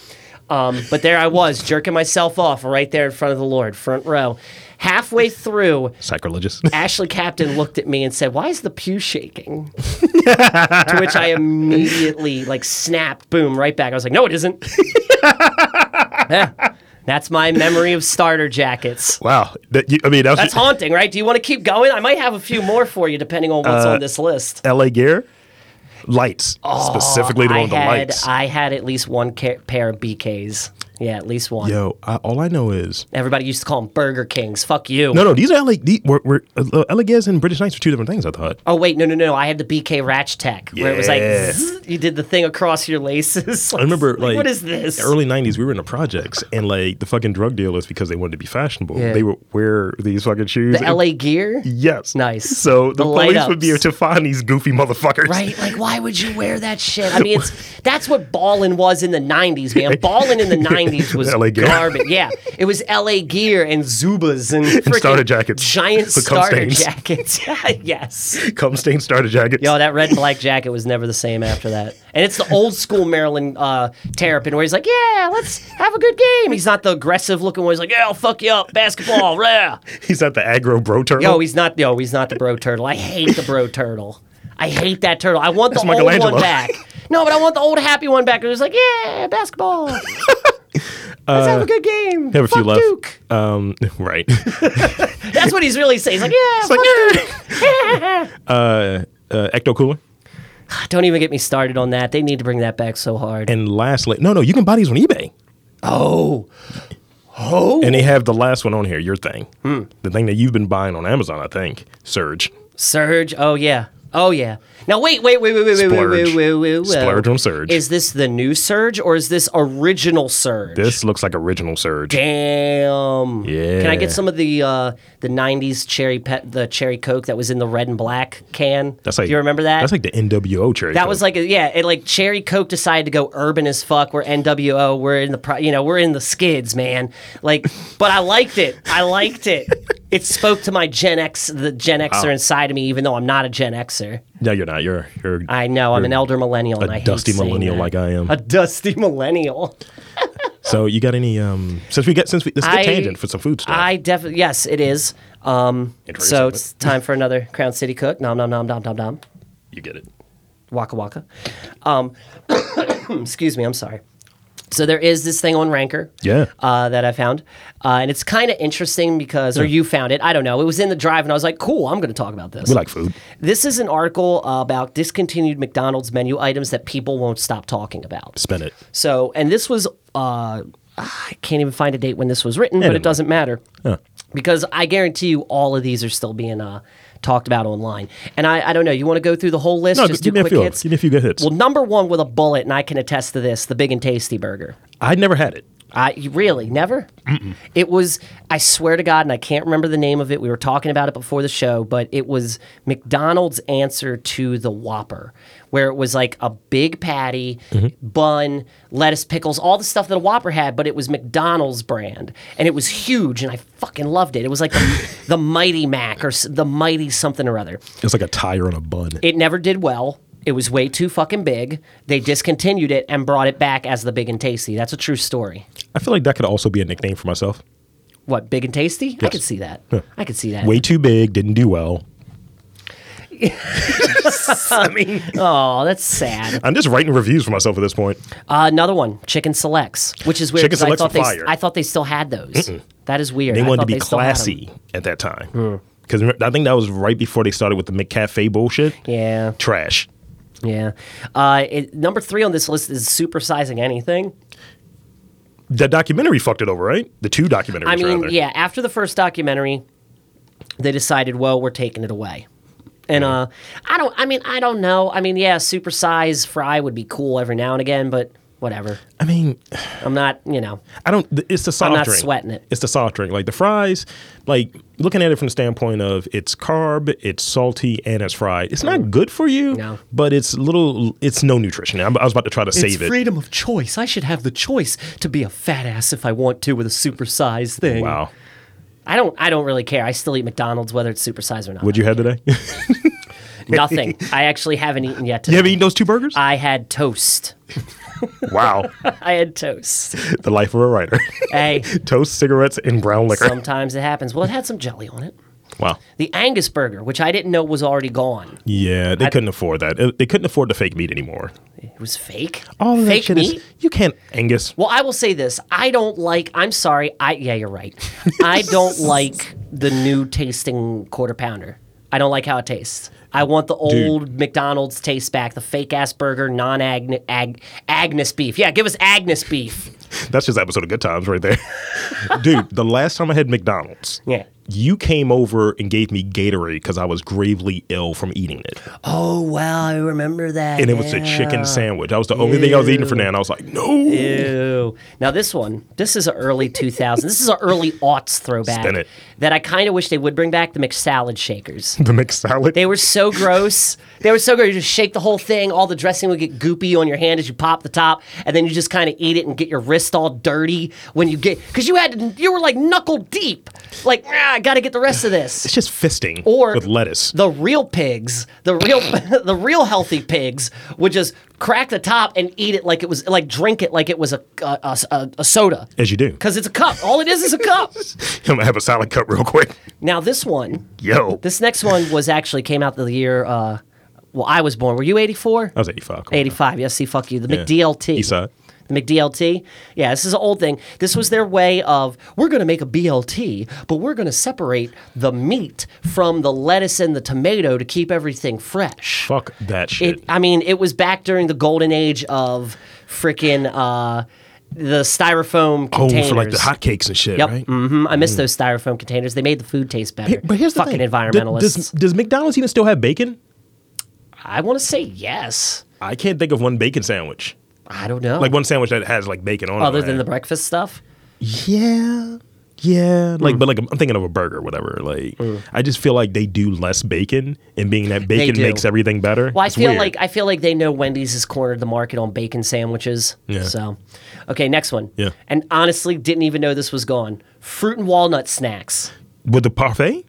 Speaker 2: Um, but there I was, jerking myself off right there in front of the Lord, front row. Halfway through,
Speaker 1: Sacrilegious.
Speaker 2: Ashley Captain looked at me and said, "Why is the pew shaking?" to which I immediately like snapped, boom, right back. I was like, "No, it isn't." Yeah. That's my memory of starter jackets.
Speaker 1: wow. That, you, I mean, that was
Speaker 2: That's haunting, right? Do you want to keep going? I might have a few more for you, depending on what's on this list.
Speaker 1: L.A. Gear. Lights. Specifically the
Speaker 2: I
Speaker 1: one with the
Speaker 2: had
Speaker 1: lights.
Speaker 2: I had at least one ca- pair of BKs. Yeah, at least one.
Speaker 1: Yo, I, all I know is
Speaker 2: Everybody used to call them Burger Kings. Fuck you.
Speaker 1: no, no. These are LA. These, were, were, uh, LA Gaz and British Knights are two different things. I thought.
Speaker 2: Oh wait, no, no, no! I had the BK Ratch Tech where it was like
Speaker 1: Yeah.
Speaker 2: zzz, you did the thing across your laces.
Speaker 1: I remember like,
Speaker 2: what is this?
Speaker 1: Early '90s, we were in the projects, and like the fucking drug dealers, because they wanted to be fashionable,
Speaker 2: Yeah.
Speaker 1: they would wear these fucking shoes.
Speaker 2: the LA gear,
Speaker 1: Yes.
Speaker 2: Nice.
Speaker 1: So the,
Speaker 2: The
Speaker 1: police
Speaker 2: light
Speaker 1: would be able
Speaker 2: ups.
Speaker 1: to find these goofy motherfuckers.
Speaker 2: right? Like, why would you wear that shit? I mean, it's that's what ballin' was in the '90s, man. Ballin' in the '90s was
Speaker 1: LA gear.
Speaker 2: garbage. Yeah, it was LA gear and Zubas and, freaking
Speaker 1: starter jackets
Speaker 2: giant
Speaker 1: with cum
Speaker 2: starter
Speaker 1: stains.
Speaker 2: jackets. yes.
Speaker 1: Cum stained starter jackets.
Speaker 2: Yo, Oh, that red and black jacket was never the same after that. And it's the old school Maryland uh, Terrapin where he's like, yeah, let's have a good game. He's not the aggressive looking one. He's like, yeah, I'll fuck you up. Basketball, yeah.
Speaker 1: He's not the aggro bro turtle.
Speaker 2: Yo, he's not. Yo, he's not the bro turtle. I hate the bro turtle. I hate that turtle. I want the old
Speaker 1: Michelangelo.
Speaker 2: one back. No, but I want the old happy one back. It was like, yeah, basketball. Let's have a good game.
Speaker 1: Uh, have a few
Speaker 2: Fuck
Speaker 1: left.
Speaker 2: Duke.
Speaker 1: Um, right.
Speaker 2: That's what he's really saying. He's like, yeah, fuck
Speaker 1: uh, Ecto Cooler.
Speaker 2: Duke. Don't even get me started on that. They need to bring that back so hard.
Speaker 1: And lastly, no, no, you can buy these on eBay.
Speaker 2: oh. Oh.
Speaker 1: And they have the last one on here, your thing.
Speaker 2: Hmm.
Speaker 1: The thing that you've been buying on Amazon, I think. Surge.
Speaker 2: Surge. Oh yeah. Oh yeah. Now wait, wait, wait, wait, wait, wait, wait,
Speaker 1: Splurge.
Speaker 2: wait, wait, wait, wait.
Speaker 1: Splurge on Surge.
Speaker 2: Is this the new Surge or is this original Surge?
Speaker 1: This looks like original Surge.
Speaker 2: Damn.
Speaker 1: Yeah.
Speaker 2: Can I get some of the uh, the '90s cherry pet, the cherry Coke that was in the red and black can?
Speaker 1: That's like
Speaker 2: Do you remember that?
Speaker 1: That's like the NWO cherry.
Speaker 2: that
Speaker 1: Coke.
Speaker 2: was like a, yeah, it like Cherry Coke decided to go urban as fuck. We're NWO. We're in the pro, you know we're in the skids, man. Like, but I liked it. I liked it. It spoke to my Gen X, the Gen Xer inside of me, even though I'm not a Gen Xer.
Speaker 1: No, you're not. You're you're
Speaker 2: I know I'm an elder millennial. and I hate
Speaker 1: dusty
Speaker 2: saying
Speaker 1: millennial
Speaker 2: that.
Speaker 1: like I am.
Speaker 2: A dusty millennial.
Speaker 1: so you got any um since we get since we this is a
Speaker 2: I-
Speaker 1: good tangent for some food stuff.
Speaker 2: I definitely yes, it is. Um,
Speaker 1: Introduce
Speaker 2: so
Speaker 1: it.
Speaker 2: it's time for another Crown City Cook. Nom nom nom nom nom nom.
Speaker 1: you get it.
Speaker 2: Waka waka. Um, excuse me. I'm sorry. So there is this thing on Ranker.
Speaker 1: Yeah.
Speaker 2: Uh, that I found, uh, and it's kind of interesting because, or you found it. I don't know. It was in the drive, and I was like, "Cool, I'm going to talk about this."
Speaker 1: We like food.
Speaker 2: This is an article uh, about discontinued McDonald's menu items that people won't stop talking about.
Speaker 1: Spin it.
Speaker 2: So, and this was, uh, I can't even find a date when this was written, but
Speaker 1: didn't
Speaker 2: it doesn't matter because I guarantee you all of these are still being uh, talked about online. And I, I don't know, you want to go through the whole list?
Speaker 1: No,
Speaker 2: just
Speaker 1: Oh, give
Speaker 2: do
Speaker 1: me a
Speaker 2: quick
Speaker 1: few.
Speaker 2: hits.
Speaker 1: Give me a few good hits.
Speaker 2: Well, number one with a bullet, and I can attest to this: the big and tasty burger.
Speaker 1: I never had it.
Speaker 2: I you really never. It was. I swear to God, and I can't remember the name of it. We were talking about it before the show, but it was McDonald's answer to the Whopper, where it was like a big patty, bun, lettuce, pickles, all the stuff that a Whopper had, but it was McDonald's brand, and it was huge, and I fucking loved it. It was like the, the Mighty Mac or s- the Mighty something or other.
Speaker 1: It's like a tire on a bun.
Speaker 2: It never did well. It was way too fucking big. They discontinued it and brought it back as the Big and Tasty. That's a true story.
Speaker 1: I feel like that could also be a nickname for myself.
Speaker 2: What big and tasty? I could see that. I could see that.
Speaker 1: Way too big, didn't do well. I mean,
Speaker 2: Oh, that's sad.
Speaker 1: I'm just writing reviews for myself at this point.
Speaker 2: Uh, another one, chicken selects, which is weird.
Speaker 1: Chicken
Speaker 2: 'cause I
Speaker 1: Selects
Speaker 2: thought
Speaker 1: were
Speaker 2: they
Speaker 1: fire.
Speaker 2: I thought they still had those. That is weird.
Speaker 1: They
Speaker 2: I
Speaker 1: wanted to
Speaker 2: thought
Speaker 1: be
Speaker 2: they still had 'em. Hmm.
Speaker 1: classy at that time. Because I think that was right before they started with the McCafe bullshit.
Speaker 2: Yeah,
Speaker 1: Trash.
Speaker 2: yeah. Uh, it, number three on this list is supersizing anything.
Speaker 1: That documentary fucked it over, right? The two documentaries.
Speaker 2: I mean,
Speaker 1: rather.
Speaker 2: yeah. After the first documentary, they decided, well, we're taking it away. And uh, I don't. I mean, I don't know. I mean, yeah, supersize fry would be cool every now and again, but whatever.
Speaker 1: I mean,
Speaker 2: I'm not. You know.
Speaker 1: I don't. th- It's the soft
Speaker 2: not
Speaker 1: drink.
Speaker 2: sweating it.
Speaker 1: It's the soft drink. Like the fries. Like looking at it from the standpoint of it's carb, it's salty, and it's fried. It's not good for you.
Speaker 2: Mm. No.
Speaker 1: But it's little. It's no nutrition. I'm, I was about to try to save
Speaker 2: it's
Speaker 1: it.
Speaker 2: freedom of choice. I should have the choice to be a fat ass if I want to with a supersized thing.
Speaker 1: Wow.
Speaker 2: I don't. I don't really care. I still eat McDonald's whether it's supersized or not.
Speaker 1: What'd you have today? you
Speaker 2: Nothing. I actually haven't eaten yet. Today.
Speaker 1: haven't eaten those two burgers?
Speaker 2: I had toast.
Speaker 1: wow.
Speaker 2: I had toast.
Speaker 1: the life of a writer.
Speaker 2: hey,
Speaker 1: Toast, cigarettes, and brown liquor.
Speaker 2: sometimes it happens. Well, it had some jelly on it.
Speaker 1: wow.
Speaker 2: The Angus burger, which I didn't know was already gone.
Speaker 1: Yeah, they couldn't afford that. Uh, They couldn't afford the fake meat anymore.
Speaker 2: It was fake.
Speaker 1: All of
Speaker 2: fake
Speaker 1: that shit
Speaker 2: meat.
Speaker 1: is you can't Angus.
Speaker 2: Well, I will say this. I don't like, I'm sorry. I Yeah, you're right. I don't like the new tasting quarter pounder. I don't like how it tastes. I want the old McDonald's taste back, the fake ass burger, non Agnes beef. Yeah, give us Agnes beef.
Speaker 1: That's just episode of Good Times right there. Dude, the last time I had McDonald's,
Speaker 2: Yeah.
Speaker 1: you came over and gave me Gatorade because I was gravely ill from eating it.
Speaker 2: Oh wow, I remember that.
Speaker 1: And it was a chicken sandwich. That was the only thing I was eating for now. And I was like, no.
Speaker 2: Ew. Now this one, this is an early 2000s. This is an early aughts throwback
Speaker 1: Spin it.
Speaker 2: that I kind of wish they would bring back the McSalad shakers.
Speaker 1: The McSalad.
Speaker 2: They were so gross. They were so gross. You just shake the whole thing. All the dressing would get goopy on your hand as you pop the top, and then you just kind of eat it and get your wrist all dirty when you get because you had to, you were like knuckle deep. Like "Ah, I got to get the rest of this.
Speaker 1: it's just fisting
Speaker 2: Or-
Speaker 1: with lettuce.
Speaker 2: the real pigs, the real the real healthy pigs would just crack the top and eat it like it was like drink it like it was a a, a, a soda
Speaker 1: as you do.
Speaker 2: because it's a cup. All it is is a cup.
Speaker 1: I'm gonna have a salad cut real quick.
Speaker 2: Now this one,
Speaker 1: Yo.
Speaker 2: this next one was actually came out the year. Uh, well, I was born. Were you eighty four?
Speaker 1: I was 85. come on.
Speaker 2: 85. Yes, see, fuck you. The
Speaker 1: Yeah.
Speaker 2: McDLT.
Speaker 1: East side.
Speaker 2: The McDLT. Yeah, this is an old thing. This was their way of we're going to make a BLT, but we're going to separate the meat from the lettuce and the tomato to keep everything fresh.
Speaker 1: Fuck that shit.
Speaker 2: It, I mean, it was back during the golden age of freaking uh, the styrofoam
Speaker 1: oh,
Speaker 2: containers.
Speaker 1: for like the hotcakes and shit,
Speaker 2: Yep.
Speaker 1: right? Mm.
Speaker 2: hmm I miss those styrofoam containers. They made the food taste better.
Speaker 1: But here's the
Speaker 2: fucking
Speaker 1: thing. Th-
Speaker 2: environmentalists.
Speaker 1: Does, does McDonald's even still have bacon?
Speaker 2: I want to say yes.
Speaker 1: I can't think of one bacon sandwich.
Speaker 2: I don't know.
Speaker 1: Like one sandwich that has like bacon on it.
Speaker 2: other
Speaker 1: right?
Speaker 2: than the breakfast stuff.
Speaker 1: Yeah. Yeah. Mm. Like but like I'm thinking of a burger or whatever. Like I just feel like they do less bacon and being that bacon
Speaker 2: do.
Speaker 1: makes everything better.
Speaker 2: Well, I
Speaker 1: it's
Speaker 2: feel
Speaker 1: weird.
Speaker 2: like I feel like they know Wendy's has cornered the market on bacon sandwiches.
Speaker 1: Yeah.
Speaker 2: So, okay, next one.
Speaker 1: Yeah.
Speaker 2: And honestly, didn't even know this was gone. Fruit and walnut snacks.
Speaker 1: with the parfait?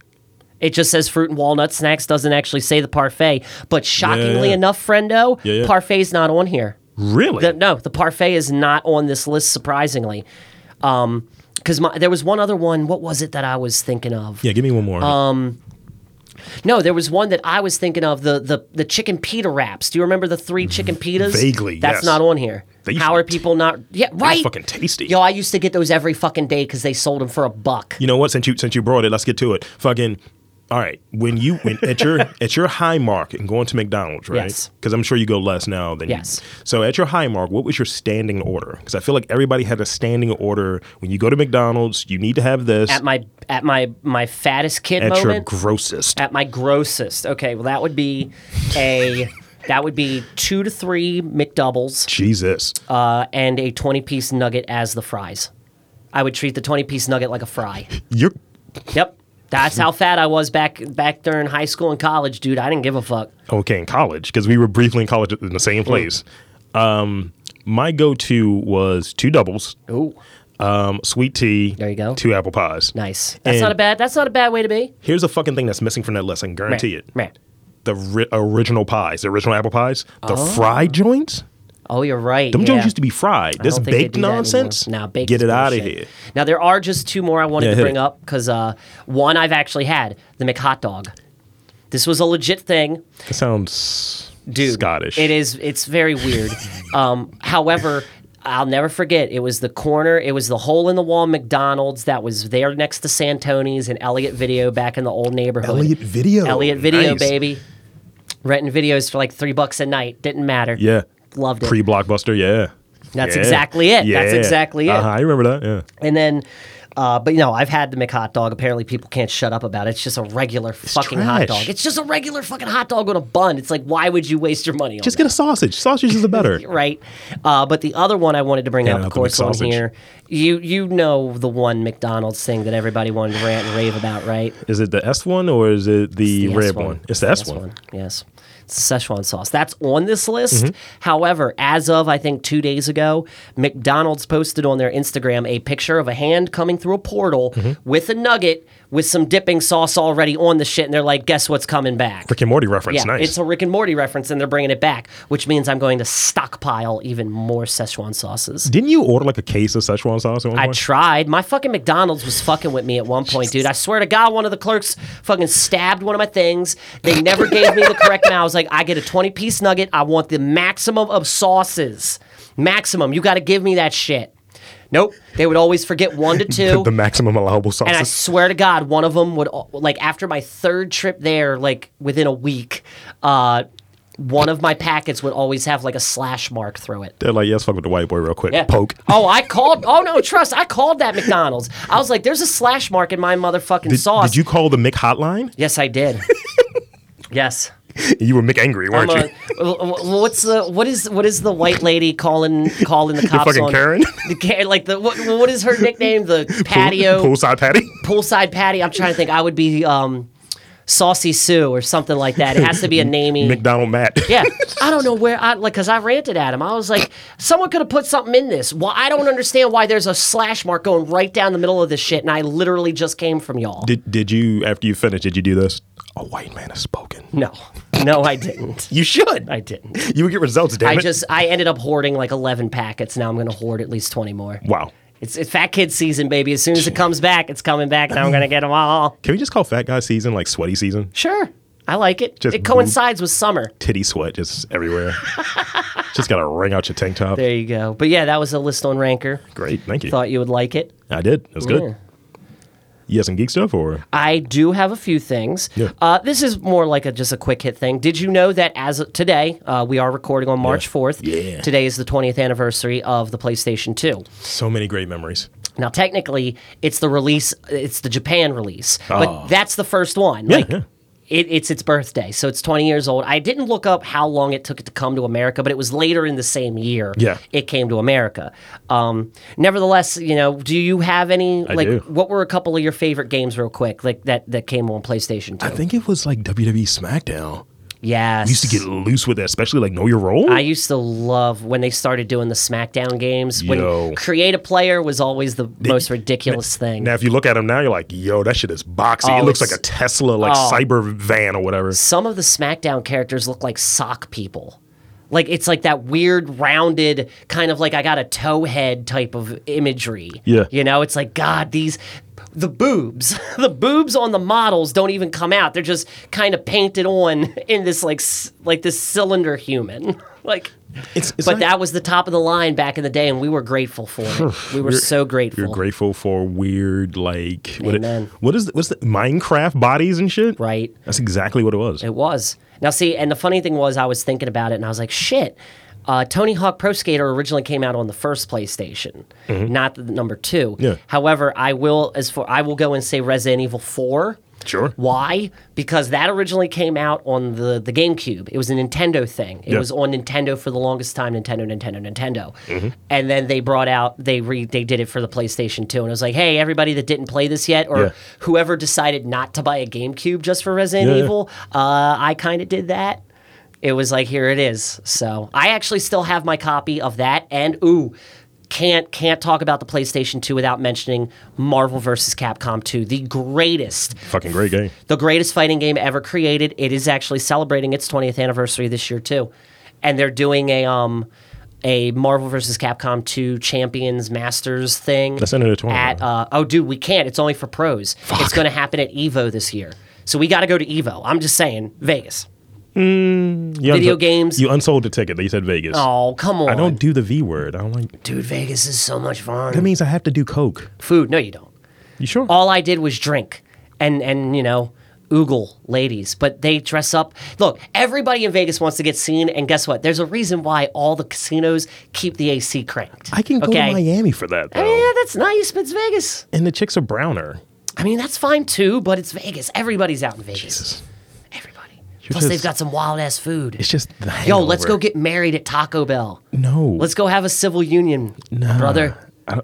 Speaker 2: It just says fruit and walnut snacks. Doesn't actually say the parfait. But shockingly
Speaker 1: yeah.
Speaker 2: enough, friendo,
Speaker 1: Yeah, yeah.
Speaker 2: parfait's not on here.
Speaker 1: Really?
Speaker 2: The- no, the parfait is not on this list. Surprisingly, because my there was one other one. What was it that I was thinking of?
Speaker 1: yeah, give me one more.
Speaker 2: Um, No, there was one that I was thinking of the the the chicken pita wraps. Do you remember the three chicken pitas?
Speaker 1: Mm, Vaguely,
Speaker 2: That's
Speaker 1: yes.
Speaker 2: not on here.
Speaker 1: They used
Speaker 2: How
Speaker 1: to
Speaker 2: are
Speaker 1: be t-
Speaker 2: people not? Yeah, right.
Speaker 1: fucking tasty.
Speaker 2: Yo, I used to get those every fucking day because they sold them for a buck.
Speaker 1: you know what? Since you since you brought it, let's get to it. Fucking. All right, when you when at your at your high mark and going to McDonald's, right?
Speaker 2: Yes.
Speaker 1: Because I'm sure you go less now than you-
Speaker 2: Yes.
Speaker 1: so at your high mark, what was your standing order? Because I feel like everybody had a standing order when you go to McDonald's. You need to have this
Speaker 2: At my at my my fattest kid
Speaker 1: at your
Speaker 2: moment.
Speaker 1: grossest.
Speaker 2: at my grossest. Okay, well that would be a that would be two to three McDoubles
Speaker 1: Jesus,
Speaker 2: uh, and a twenty piece nugget as the fries. I would treat the twenty piece nugget like a fry.
Speaker 1: you're
Speaker 2: Yep. That's how fat I was back back during high school and college, dude. I didn't give a fuck.
Speaker 1: okay in college because we were briefly in college in the
Speaker 2: Mm.
Speaker 1: same place. Um, my go-to was two doubles,
Speaker 2: Ooh,
Speaker 1: um, sweet tea.
Speaker 2: There you go.
Speaker 1: Two apple pies.
Speaker 2: nice. That's
Speaker 1: And-
Speaker 2: not a bad. That's not a bad way to be.
Speaker 1: Here's a fucking thing that's missing from that list. I can guarantee it.
Speaker 2: Right.
Speaker 1: the ri- original pies, the original apple pies, the fried joints.
Speaker 2: Oh, you're right.
Speaker 1: Them
Speaker 2: Oh. yeah.
Speaker 1: joints used to be fried. This baked nonsense.
Speaker 2: Now baked.
Speaker 1: Get
Speaker 2: is
Speaker 1: it out of
Speaker 2: bullshit.
Speaker 1: here.
Speaker 2: Now there are just two more I wanted
Speaker 1: Yeah,
Speaker 2: to
Speaker 1: hit
Speaker 2: bring
Speaker 1: it.
Speaker 2: up because uh, one I've actually had the McHot dog. This was a legit thing.
Speaker 1: That sounds
Speaker 2: dude.
Speaker 1: Scottish.
Speaker 2: It is. It's very weird. um, however, I'll never forget. It was the corner. It was the hole in the wall McDonald's that was there next to Santoni's and Elliott Video back in the old neighborhood.
Speaker 1: Elliott Video.
Speaker 2: Elliott Video,
Speaker 1: Nice.
Speaker 2: baby. Renting videos for like three bucks a night. Didn't matter.
Speaker 1: Yeah.
Speaker 2: Loved it.
Speaker 1: Pre blockbuster. Yeah.
Speaker 2: That's
Speaker 1: Yeah.
Speaker 2: exactly it. That's exactly it.
Speaker 1: Uh-huh, I remember that. Yeah.
Speaker 2: And then, uh, but you know, I've had the McHot dog. Apparently, people can't shut up about it. It's just a regular fucking hot
Speaker 1: trash.
Speaker 2: dog. It's just a regular fucking hot dog on a bun. It's like, why would you waste your money on
Speaker 1: Just
Speaker 2: that?
Speaker 1: get a sausage. Sausage is the better.
Speaker 2: right? Uh, but the other one I wanted to bring up, of
Speaker 1: Nothing
Speaker 2: course, on
Speaker 1: McSausage.
Speaker 2: here, you you know the one McDonald's thing that everybody wanted to rant and rave about, right?
Speaker 1: Is it the S one or is it the,
Speaker 2: The S
Speaker 1: red one? It's the S one.
Speaker 2: Yes. It's the Szechuan sauce. That's on this list.
Speaker 1: Mm-hmm.
Speaker 2: However, as of I think two days ago, McDonald's posted on their Instagram a picture of a hand coming through a portal
Speaker 1: Mm-hmm.
Speaker 2: with a nugget with some dipping sauce already on the shit, and they're like, "Guess what's coming back?"
Speaker 1: Rick and Morty reference.
Speaker 2: yeah,
Speaker 1: nice.
Speaker 2: it's a Rick and Morty reference, and they're bringing it back, which means I'm going to stockpile even more Szechuan sauces.
Speaker 1: Didn't you order like a case of Szechuan sauce at one
Speaker 2: I
Speaker 1: point?
Speaker 2: tried. My fucking McDonald's was fucking with me at one point, dude. I swear to God, one of the clerks fucking stabbed one of my things. They never gave me the correct amount. I was like, I get a 20 piece nugget. I want the maximum of sauces. Maximum. You got to give me that shit. Nope. They would always forget one to two.
Speaker 1: the maximum allowable sauces.
Speaker 2: And I swear to God, one of them would like after my third trip there, like within a week, uh, one of my packets would always have like a slash mark through it.
Speaker 1: They're like, yeah, let's fuck with the white boy real quick. Poke.
Speaker 2: Oh, I called. Oh no, trust. I called that McDonald's. I was like, "There's a slash mark in my motherfucking
Speaker 1: Did,
Speaker 2: sauce."
Speaker 1: did you call the Mick hotline?
Speaker 2: Yes, I did. yes.
Speaker 1: You were Mick angry,
Speaker 2: I'm
Speaker 1: weren't
Speaker 2: a-
Speaker 1: you?
Speaker 2: w- w- what's the what is what is the white lady calling calling the cops
Speaker 1: fucking
Speaker 2: on?
Speaker 1: Karen?
Speaker 2: The Karen, like the what, what is her nickname? The patio
Speaker 1: Pool- Poolside patty.
Speaker 2: poolside patty. I'm trying to think. I would be um, saucy Sue or something like that. It has to be a namey.
Speaker 1: McDonald Matt.
Speaker 2: Yeah, I don't know where I like because I ranted at him. I was like, someone could have put something in this. Well, I don't understand why there's a slash mark going right down the middle of this shit, and I literally just came from y'all.
Speaker 1: Did did you after you finished? Did you do this? A white man has spoken.
Speaker 2: no, no, I didn't.
Speaker 1: You should.
Speaker 2: I didn't.
Speaker 1: You would get results. Damn
Speaker 2: I
Speaker 1: it.
Speaker 2: just I ended up hoarding like eleven packets. Now I'm gonna hoard at least twenty more.
Speaker 1: wow.
Speaker 2: It's, it's fat kid season, baby. As soon as it comes back, it's coming back, and I'm gonna get them all.
Speaker 1: Can we just call fat guy season like sweaty season?
Speaker 2: Sure, I like it.
Speaker 1: Just
Speaker 2: it coincides with summer.
Speaker 1: Titty sweat just everywhere. just gotta wring out your tank top.
Speaker 2: There you go. But yeah, that was a list on Ranker.
Speaker 1: Great, thank you.
Speaker 2: Thought you would like it.
Speaker 1: I did. It was good.
Speaker 2: Yeah.
Speaker 1: You have some geek stuff or
Speaker 2: I do have a few things.
Speaker 1: Yeah.
Speaker 2: Uh, this is more like a, just a quick hit thing. Did you know that as of today, uh, we are recording on March 4th?
Speaker 1: Yeah.
Speaker 2: Today is the 20th anniversary of the PlayStation 2.
Speaker 1: so many great memories.
Speaker 2: Now, technically, it's the release, it's the Japan release,
Speaker 1: Oh.
Speaker 2: but that's the first one. like,
Speaker 1: yeah.
Speaker 2: It, it's its birthday, so it's 20 years old. I didn't look up how long it took it to come to America, but it was later in the same year
Speaker 1: Yeah.
Speaker 2: it came to America. Um, nevertheless, you know, do you have any, like,
Speaker 1: do.
Speaker 2: what were a couple of your favorite games, real quick, like that, that came on PlayStation 2?
Speaker 1: I think it was like WWE SmackDown.
Speaker 2: Yes.
Speaker 1: used to get loose with that, especially like Know Your Role.
Speaker 2: I used to love when they started doing the SmackDown games.
Speaker 1: Yo.
Speaker 2: When create a player was always the most ridiculous thing.
Speaker 1: now, if you look at him now, you're like, yo, that shit is boxy.
Speaker 2: Oh,
Speaker 1: it looks like
Speaker 2: it's-
Speaker 1: a Tesla, like
Speaker 2: oh.
Speaker 1: cyber van or whatever.
Speaker 2: Some of the SmackDown characters look like sock people. Like it's like that weird rounded kind of like I got a toe head type of imagery.
Speaker 1: Yeah.
Speaker 2: You know, it's like God, these the boobs, the boobs on the models don't even come out. They're just kind of painted on in this like s- like this cylinder human. Like
Speaker 1: It's, it's
Speaker 2: but
Speaker 1: like-
Speaker 2: that was the top of the line back in the day, and we were grateful for it. We were so grateful.
Speaker 1: You're grateful for weird, like what, it-
Speaker 2: Amen.
Speaker 1: what is what's the Minecraft bodies and shit?
Speaker 2: Right.
Speaker 1: That's exactly what it was.
Speaker 2: It was. Now, see, and the funny thing was, I was thinking about it, and I was like, shit. Uh, Tony Hawk Pro Skater originally came out on the first PlayStation, not the number two.
Speaker 1: Yeah.
Speaker 2: However, I will as for I will go and say Resident Evil Four.
Speaker 1: Sure.
Speaker 2: Why? Because that originally came out on the, the GameCube. It was a Nintendo thing. It
Speaker 1: Yeah.
Speaker 2: was on Nintendo for the longest time. Nintendo, Nintendo, Nintendo.
Speaker 1: Mm-hmm.
Speaker 2: And then they brought out they re they did it for the PlayStation Two, and it was like, hey, everybody that didn't play this yet, or
Speaker 1: Yeah.
Speaker 2: whoever decided not to buy a GameCube just for Resident
Speaker 1: Yeah, yeah.
Speaker 2: Evil, uh, I kind of did that. It was like, here it is. So I actually still have my copy of that, and ooh. Can't can't talk about the PlayStation 2 without mentioning Marvel vs. Capcom 2, the greatest
Speaker 1: Fucking great game.
Speaker 2: the greatest fighting game ever created. It is actually celebrating its 20th anniversary this year too, and they're doing a um a Marvel vs. Capcom 2 Champions Masters thing.
Speaker 1: That's end of the tournament,
Speaker 2: At uh, oh, dude, we can't. It's only for pros. It's going to happen at Evo this year, so we got to go to Evo. I'm just saying, Vegas.
Speaker 1: You
Speaker 2: Video
Speaker 1: unso-
Speaker 2: games.
Speaker 1: You unsold the ticket. They said Vegas.
Speaker 2: Oh come on,
Speaker 1: I don't do the V word. I don't like.
Speaker 2: dude. Vegas is so much fun.
Speaker 1: That means I have to do coke. Uh,
Speaker 2: Food? No, you don't.
Speaker 1: You sure?
Speaker 2: all I did was drink and and you know oogle ladies but they dress up look everybody in vegas wants to get seen and guess what there's a reason why all the casinos keep the ac cranked
Speaker 1: I can go to Miami for that though.
Speaker 2: yeah that's nice but it's vegas
Speaker 1: and the chicks are browner.
Speaker 2: i mean that's fine too but it's vegas everybody's out in vegas
Speaker 1: Jesus.
Speaker 2: everybody
Speaker 1: You're
Speaker 2: plus they've
Speaker 1: just-
Speaker 2: got some wild ass food
Speaker 1: It's just the
Speaker 2: yo let's go
Speaker 1: hangover.
Speaker 2: get married at taco bell
Speaker 1: No.
Speaker 2: let's go have a civil union
Speaker 1: Nah.
Speaker 2: brother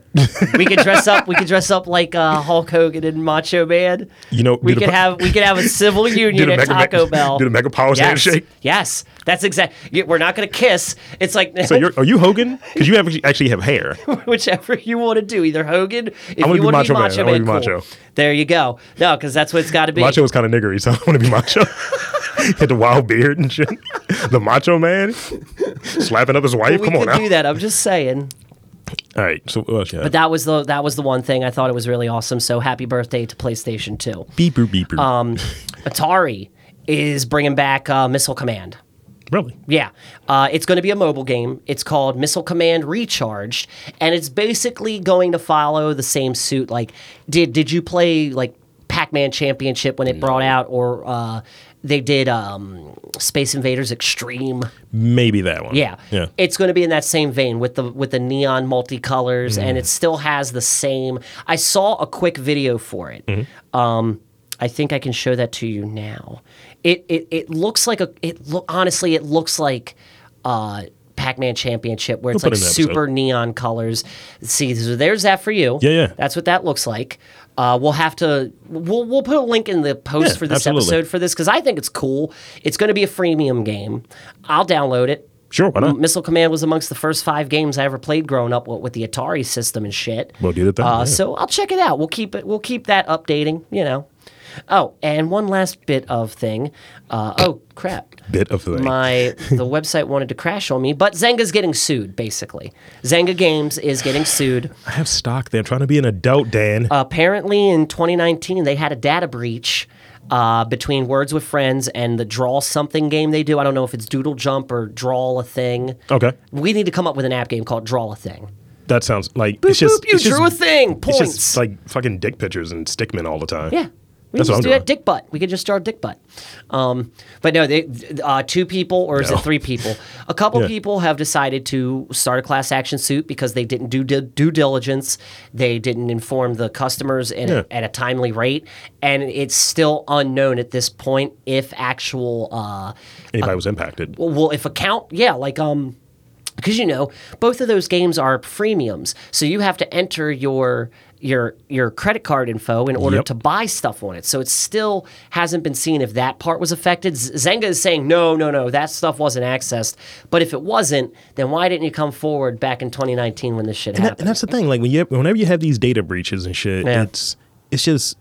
Speaker 2: we could dress up. We could dress up like uh, Hulk Hogan and Macho Man.
Speaker 1: You know,
Speaker 2: we
Speaker 1: do the-
Speaker 2: could have we could have a civil union
Speaker 1: the
Speaker 2: at
Speaker 1: Mega-
Speaker 2: Taco Bell.
Speaker 1: do the Mega Powers
Speaker 2: yes.
Speaker 1: handshake?
Speaker 2: Yes, that's exactly. We're not going to kiss. It's like
Speaker 1: So you're, are you Hogan? Because you have, actually have hair.
Speaker 2: whichever you want to do. Either Hogan, if
Speaker 1: wanna
Speaker 2: you
Speaker 1: be
Speaker 2: want
Speaker 1: Macho
Speaker 2: to be
Speaker 1: Man.
Speaker 2: Macho
Speaker 1: I wanna
Speaker 2: Man,
Speaker 1: be
Speaker 2: cool.
Speaker 1: Macho.
Speaker 2: There you go. No, because that's what it's got to be.
Speaker 1: Macho was kind of niggery, so I want to be macho. Had the wild beard and shit. The macho man slapping up his wife.
Speaker 2: we
Speaker 1: Come on
Speaker 2: could
Speaker 1: now.
Speaker 2: do that. I'm just saying.
Speaker 1: All right. So uh, what else you have?
Speaker 2: But that was the that was the one thing I thought it was really awesome. So happy birthday to PlayStation 2.
Speaker 1: beeper beeper.
Speaker 2: Um, Atari is bringing back uh, Missile Command.
Speaker 1: really?
Speaker 2: Yeah. Uh, it's going to be a mobile game. It's called Missile Command Recharged, and it's basically going to follow the same suit. Like, did did you play like Pac Man Championship when it brought out, or uh, they did um, Space Invaders Extreme.
Speaker 1: Maybe that one.
Speaker 2: Yeah.
Speaker 1: Yeah.
Speaker 2: It's going to be in that same vein with the with the neon multicolors
Speaker 1: Mm.
Speaker 2: and it still has the same I saw a quick video for it.
Speaker 1: Mm-hmm.
Speaker 2: Um I think I can show that to you now. It it, it looks like a it look honestly it looks like uh Pac-Man Championship where it's
Speaker 1: put
Speaker 2: like
Speaker 1: it in the episode.
Speaker 2: super neon colors. See, so there's that for you.
Speaker 1: Yeah, yeah.
Speaker 2: That's what that looks like. Uh, we'll have to we'll we'll put a link in the post
Speaker 1: Yeah,
Speaker 2: for this
Speaker 1: absolutely.
Speaker 2: episode for this because I think it's cool. It's going to be a freemium game. I'll download it.
Speaker 1: Sure, why not?
Speaker 2: Missile Command was amongst the first five games I ever played growing up with, with the Atari system and shit.
Speaker 1: We'll do that then,
Speaker 2: Uh,
Speaker 1: yeah.
Speaker 2: So I'll check it out. We'll keep it. We'll keep that updating. You know. Oh, and one last bit of thing. Uh, oh crap.
Speaker 1: Bit of thing.
Speaker 2: My the website wanted to crash on me, but Zenga's getting sued. Basically, Zenga Games is getting sued.
Speaker 1: I have stock there. I'm trying to be an adult,
Speaker 2: Uh,
Speaker 1: Dan.
Speaker 2: Apparently, in 2019, they had a data breach uh, between Words with Friends and the Draw Something game they do. I don't know if it's Doodle Jump or Draw a Thing.
Speaker 1: okay.
Speaker 2: We need to come up with an app game called Draw a Thing.
Speaker 1: That sounds like
Speaker 2: Boop,
Speaker 1: it's just
Speaker 2: boop, you
Speaker 1: it's just-
Speaker 2: drew a thing.
Speaker 1: It's
Speaker 2: Points.
Speaker 1: just like fucking dick pictures and stickmen all the time.
Speaker 2: yeah. We
Speaker 1: That's
Speaker 2: can
Speaker 1: what
Speaker 2: just
Speaker 1: I'm
Speaker 2: do
Speaker 1: doing.
Speaker 2: that dick butt. We could just draw dick butt. Um, but no, they, uh, two people or is
Speaker 1: No.
Speaker 2: it three people? A couple
Speaker 1: Yeah.
Speaker 2: people have decided to start a class action suit because they didn't do di- due diligence. They didn't inform the customers in,
Speaker 1: Yeah.
Speaker 2: at a timely rate. And it's still unknown at this point if actual uh,
Speaker 1: Anybody was impacted.
Speaker 2: well, well if account yeah like um because you know both of those games are freemiums so you have to enter your your your credit card info in order
Speaker 1: Yep.
Speaker 2: to buy stuff on it so it still hasn't been seen if that part was affected Z- zenga is saying no no no that stuff wasn't accessed but if it wasn't then why didn't you come forward back in 2019 when this
Speaker 1: And,
Speaker 2: shit
Speaker 1: that-
Speaker 2: happened
Speaker 1: and that's the thing. Like when you, whenever you have these data breaches and shit,
Speaker 2: Yeah.
Speaker 1: it's it's just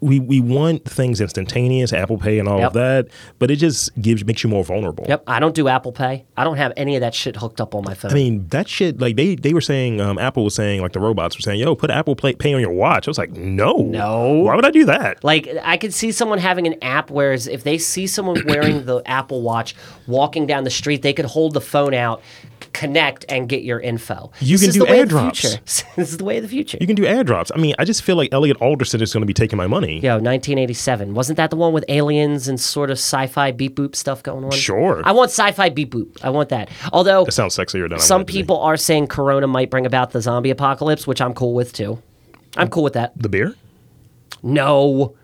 Speaker 1: we we want things instantaneous, Apple Pay and all
Speaker 2: Yep.
Speaker 1: of that, but it just gives makes you more vulnerable.
Speaker 2: yep i don't do apple pay i don't have any of that shit hooked up on my phone
Speaker 1: I mean that shit. Like they they were saying, um, Apple was saying, like the robots were saying, "Yo, put Apple Pay Pay on your watch." I was like, "No,
Speaker 2: No.
Speaker 1: Why would I do that?"
Speaker 2: Like I could see someone having an app, whereas if they see someone wearing the Apple Watch walking down the street, they could hold the phone out, c- connect, and get your info.
Speaker 1: You
Speaker 2: This
Speaker 1: can
Speaker 2: is
Speaker 1: do
Speaker 2: the way of the
Speaker 1: airdrops.
Speaker 2: future. this is the way of the future.
Speaker 1: You can do airdrops. I mean, I just feel like Elliot Alderson is going to be taking my money.
Speaker 2: Yo, 1987. Wasn't that the one with aliens and sort of sci-fi beep boop stuff going on?
Speaker 1: Sure.
Speaker 2: I want sci-fi beep boop. I want that. Although
Speaker 1: That sounds sexier than I
Speaker 2: some
Speaker 1: want it to be.
Speaker 2: people are saying Corona might bring about the zombie apocalypse, which I'm cool with too. I'm cool with that.
Speaker 1: The beer?
Speaker 2: No.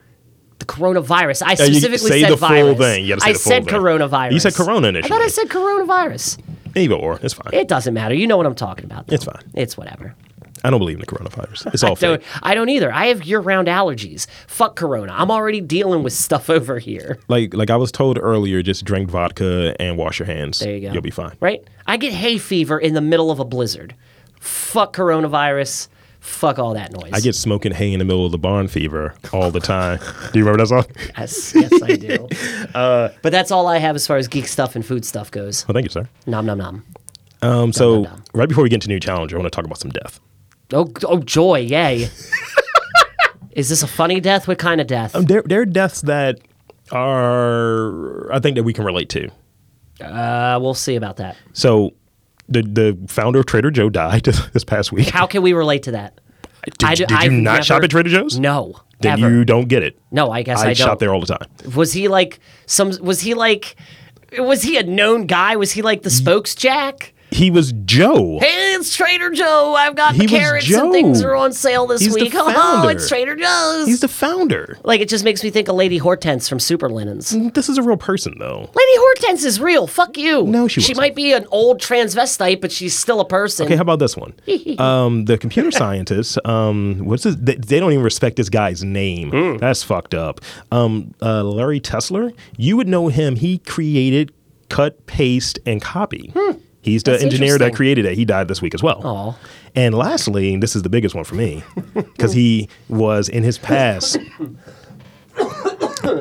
Speaker 2: The coronavirus. I
Speaker 1: you
Speaker 2: specifically
Speaker 1: say
Speaker 2: said
Speaker 1: the full
Speaker 2: virus.
Speaker 1: thing. You gotta say
Speaker 2: I
Speaker 1: the full
Speaker 2: said
Speaker 1: thing.
Speaker 2: coronavirus.
Speaker 1: You said corona
Speaker 2: I thought I
Speaker 1: initially.
Speaker 2: said coronavirus.
Speaker 1: Either or, it's fine.
Speaker 2: It doesn't matter. You know what I'm talking about. though.
Speaker 1: It's fine.
Speaker 2: It's whatever.
Speaker 1: I don't believe in the coronavirus. It's all
Speaker 2: Don't,
Speaker 1: fake.
Speaker 2: I don't either. I have year-round allergies. Fuck corona. I'm already dealing with stuff over here.
Speaker 1: Like like I was told earlier, just drink vodka and wash your hands.
Speaker 2: There you go.
Speaker 1: You'll be fine.
Speaker 2: Right? I get hay fever in the middle of a blizzard. Fuck coronavirus. Fuck all that noise.
Speaker 1: I get smoking hay in the middle of the barn fever all the time. Do you remember that song?
Speaker 2: yes, yes, I do.
Speaker 1: Uh,
Speaker 2: but that's all I have as far as geek stuff and food stuff goes.
Speaker 1: Well, Oh, thank you, sir.
Speaker 2: Nom nom nom.
Speaker 1: Um, so
Speaker 2: no, no.
Speaker 1: right before we get into new challenger, I want to talk about some death.
Speaker 2: Oh, oh, joy! Yay! Is this a funny death? What kind of death?
Speaker 1: Um, There, there are deaths that are I think that we can relate to.
Speaker 2: Uh, we'll see about that.
Speaker 1: So the the founder of Trader Joe died this past week.
Speaker 2: How can we relate to that?
Speaker 1: Did,
Speaker 2: I d-
Speaker 1: did you
Speaker 2: I've
Speaker 1: not
Speaker 2: never-
Speaker 1: shop at Trader Joe's?
Speaker 2: No,
Speaker 1: Then
Speaker 2: ever.
Speaker 1: you don't get it.
Speaker 2: No, I guess I,
Speaker 1: I,
Speaker 2: don't.
Speaker 1: shop there all the time.
Speaker 2: Was he like some? Was he like? Was he a known guy? Was he like the spokesjack?
Speaker 1: He was Joe.
Speaker 2: Hey, it's Trader Joe. I've got
Speaker 1: He
Speaker 2: the
Speaker 1: was
Speaker 2: carrots
Speaker 1: Joe.
Speaker 2: and things are on sale this
Speaker 1: He's the
Speaker 2: week. Oh,
Speaker 1: founder.
Speaker 2: it's Trader Joe's.
Speaker 1: He's the founder.
Speaker 2: like it just makes me think of Lady Hortense from Super Linens.
Speaker 1: This is a real person, though.
Speaker 2: Lady Hortense is real. Fuck you.
Speaker 1: No, she
Speaker 2: She
Speaker 1: wasn't.
Speaker 2: might be an old transvestite, but she's still a person.
Speaker 1: Okay, how about this one? Um, the computer scientists, um, what's this? They, they don't even respect this guy's name.
Speaker 2: Hmm.
Speaker 1: That's fucked up. Um, uh, Larry Tesler, you would know him. He created cut, paste, and copy. He's the
Speaker 2: Hmm. That's
Speaker 1: engineer
Speaker 2: interesting.
Speaker 1: that created it. He died this week as well.
Speaker 2: Aw.
Speaker 1: And lastly, and this is the biggest one for me, because he was in his past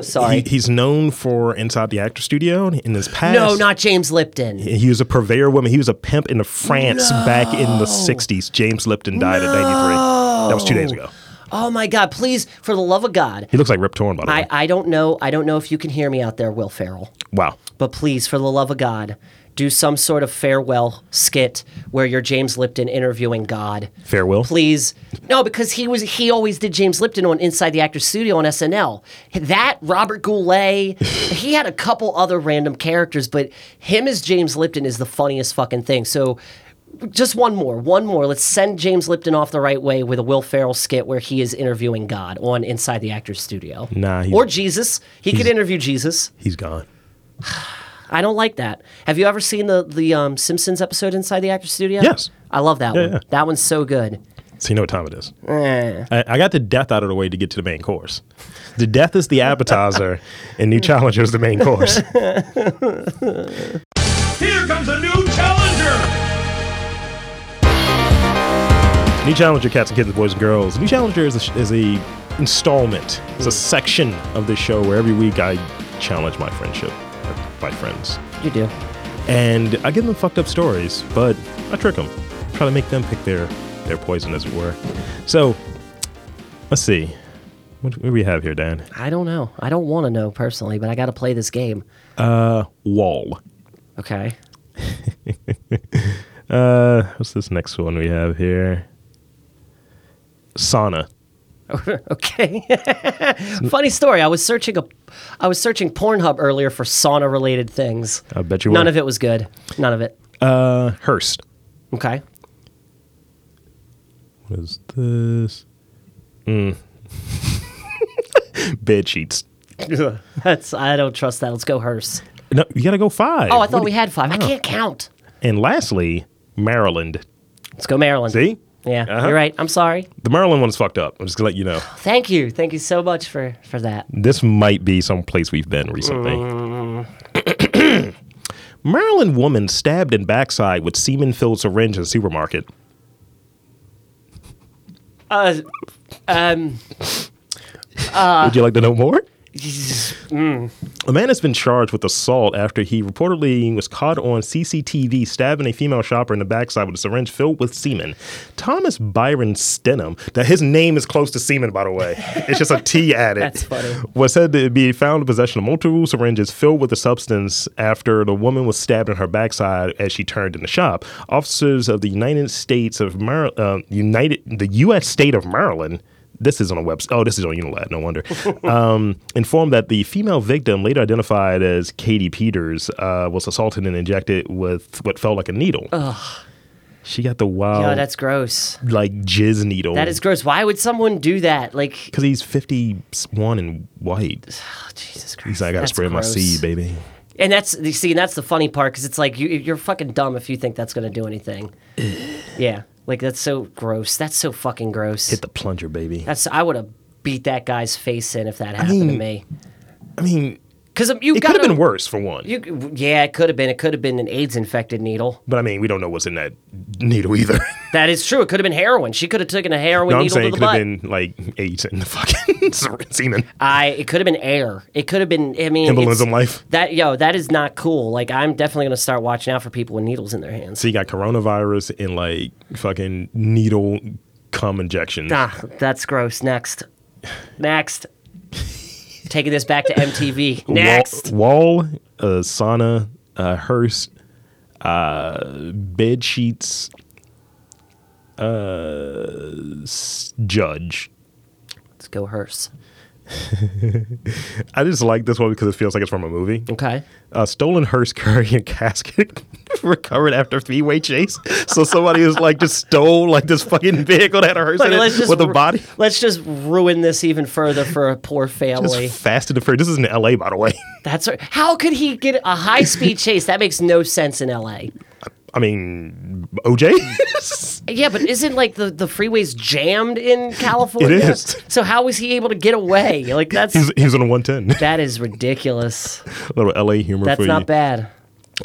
Speaker 2: Sorry.
Speaker 1: He, he's known for Inside the Actor Studio and in his past.
Speaker 2: no, not James Lipton.
Speaker 1: He was a purveyor woman. He was a pimp in France back in the 60s. James Lipton died at 93. That was two days ago.
Speaker 2: Oh my God! Please, for the love of God,
Speaker 1: He looks like Rip Torn, by the
Speaker 2: I,
Speaker 1: way.
Speaker 2: I don't know. I don't know if you can hear me out there, Will Farrell.
Speaker 1: Wow.
Speaker 2: But please, for the love of God, do some sort of farewell skit where you're James Lipton interviewing God.
Speaker 1: Farewell?
Speaker 2: Please. No, because he was he always did James Lipton on Inside the Actors Studio on SNL. That Robert Goulet, he had a couple other random characters, but him as James Lipton is the funniest fucking thing. So just one more, one more. Let's send James Lipton off the right way with a Will Ferrell skit where he is interviewing God on Inside the Actors Studio.
Speaker 1: Nah, he's-
Speaker 2: or Jesus. He could interview Jesus.
Speaker 1: He's gone.
Speaker 2: I don't like that. Have you ever seen the the um, Simpsons episode Inside the Actors Studio?
Speaker 1: Yes.
Speaker 2: I love that one.
Speaker 1: yeah.
Speaker 2: That one's so good.
Speaker 1: So you know what time it is.
Speaker 3: Eh.
Speaker 1: I, I got the death out of the way to get to the main course. The death is the appetizer, and New Challenger is the main course.
Speaker 3: Here comes a new challenger!
Speaker 1: New Challenger, Cats and Kittens, Boys and Girls. New Challenger is a, is a installment. It's a section of this show where every week I challenge my friendship, or my friends,
Speaker 2: You do.
Speaker 1: and I give them fucked up stories, but I trick them, try to make them pick their their poison, as it were. So, let's see. What, what do we have here, Dan?
Speaker 2: I don't know. I don't want to know personally, but I got to play this game.
Speaker 1: Wall.
Speaker 2: Okay.
Speaker 1: Uh, what's this next one we have here? Sauna.
Speaker 2: Okay. Funny story. I was searching a, I was searching Pornhub earlier for sauna related things.
Speaker 1: I bet Uh, you
Speaker 2: None
Speaker 1: were.
Speaker 2: of it was good. None of it.
Speaker 1: Uh, Hearst.
Speaker 2: Okay.
Speaker 1: What is this? Mm. Bed sheets.
Speaker 2: That's I don't trust that. Let's go hearse.
Speaker 1: No, you gotta go five.
Speaker 2: Oh, I thought
Speaker 1: What
Speaker 2: we
Speaker 1: do-
Speaker 2: had five. I can't count.
Speaker 1: And lastly, Maryland.
Speaker 2: Let's go Maryland.
Speaker 1: See?
Speaker 2: Yeah,
Speaker 1: Uh-huh.
Speaker 2: you're right. I'm sorry.
Speaker 1: The Maryland one's fucked up. I'm just gonna let you know.
Speaker 2: Thank you. Thank you so much for for that.
Speaker 1: This might be some place we've been recently.
Speaker 2: Mm.
Speaker 1: Maryland woman stabbed in backside with semen filled syringe in supermarket.
Speaker 2: Uh,
Speaker 1: Would you like to know more? A man has been charged with assault after he reportedly was caught on CCTV stabbing a female shopper in the backside with a syringe filled with semen. Thomas Byron Stenham, that his name is close to semen, by the way. It's just a T added.
Speaker 2: That's funny.
Speaker 1: Was said to be found in possession of multiple syringes filled with the substance after the woman was stabbed in her backside as she turned in the shop. Officers of the United States of Mar- uh, United, the U.S. state of Maryland. This is on a website. Oh, this is on Unilat. No wonder. um, informed that the female victim, later identified as Katie Peters, uh, was assaulted and injected with what felt like a needle. She got the wild,
Speaker 2: yeah, that's gross.
Speaker 1: like jizz needle.
Speaker 2: That is gross. Why would someone do that? Like,
Speaker 1: because he's fifty-one and white.
Speaker 2: oh, Jesus Christ.
Speaker 1: He's like, I gotta
Speaker 2: That's
Speaker 1: spray my
Speaker 2: gross.
Speaker 1: seed, baby.
Speaker 2: And that's you see, and that's the funny part because it's like you, you're fucking dumb if you think that's gonna do anything. yeah, like that's so gross. That's so fucking gross.
Speaker 1: Hit the plunger, baby.
Speaker 2: That's I would have beat that guy's face in if that happened to
Speaker 1: mean,
Speaker 2: me.
Speaker 1: I mean,
Speaker 2: Because you
Speaker 1: it could
Speaker 2: gotta-
Speaker 1: have been worse for one.
Speaker 2: You, yeah, it could have been. It could have been an AIDS infected needle.
Speaker 1: but I mean, we don't know what's in that needle either.
Speaker 2: That is true. It could have been heroin. She could have taken a heroin
Speaker 1: no, I'm
Speaker 2: needle
Speaker 1: saying it
Speaker 2: to the
Speaker 1: could have
Speaker 2: butt.
Speaker 1: been like AIDS in the fucking semen.
Speaker 2: I. It could have been air. It could have been. I mean,
Speaker 1: Embolism
Speaker 2: it's-
Speaker 1: life.
Speaker 2: That yo, that is not cool. Like I'm definitely gonna start watching out for people with needles in their hands.
Speaker 1: So you got coronavirus and like fucking needle cum injection.
Speaker 2: Ah, that's gross. Next, next. Taking this back to MTV.
Speaker 1: Wa-
Speaker 2: Next.
Speaker 1: Wall, uh, sauna, uh, hearse, uh, bed sheets, uh, s- judge.
Speaker 2: Let's go hearse.
Speaker 1: I just like this one because it feels like it's from a movie.
Speaker 2: Okay.
Speaker 1: a uh, stolen hearse carrying casket recovered after three-way chase. So somebody was like just stole like this fucking vehicle that had a hearse in
Speaker 2: Like,
Speaker 1: it with a
Speaker 2: ru-
Speaker 1: body.
Speaker 2: Let's just ruin this even further for a poor family.
Speaker 1: Just fast and the furious. This is in L.A. by the way.
Speaker 2: That's right. how could he get a high speed chase? That makes no sense in LA.
Speaker 1: I mean, OJ.
Speaker 2: Yeah, but isn't like the, the freeways jammed in California?
Speaker 1: It is.
Speaker 2: So how was he able to get away? Like that's
Speaker 1: he's he's on a one ten.
Speaker 2: that is ridiculous.
Speaker 1: Little L.A. humor
Speaker 2: That's
Speaker 1: for
Speaker 2: not
Speaker 1: you.
Speaker 2: bad.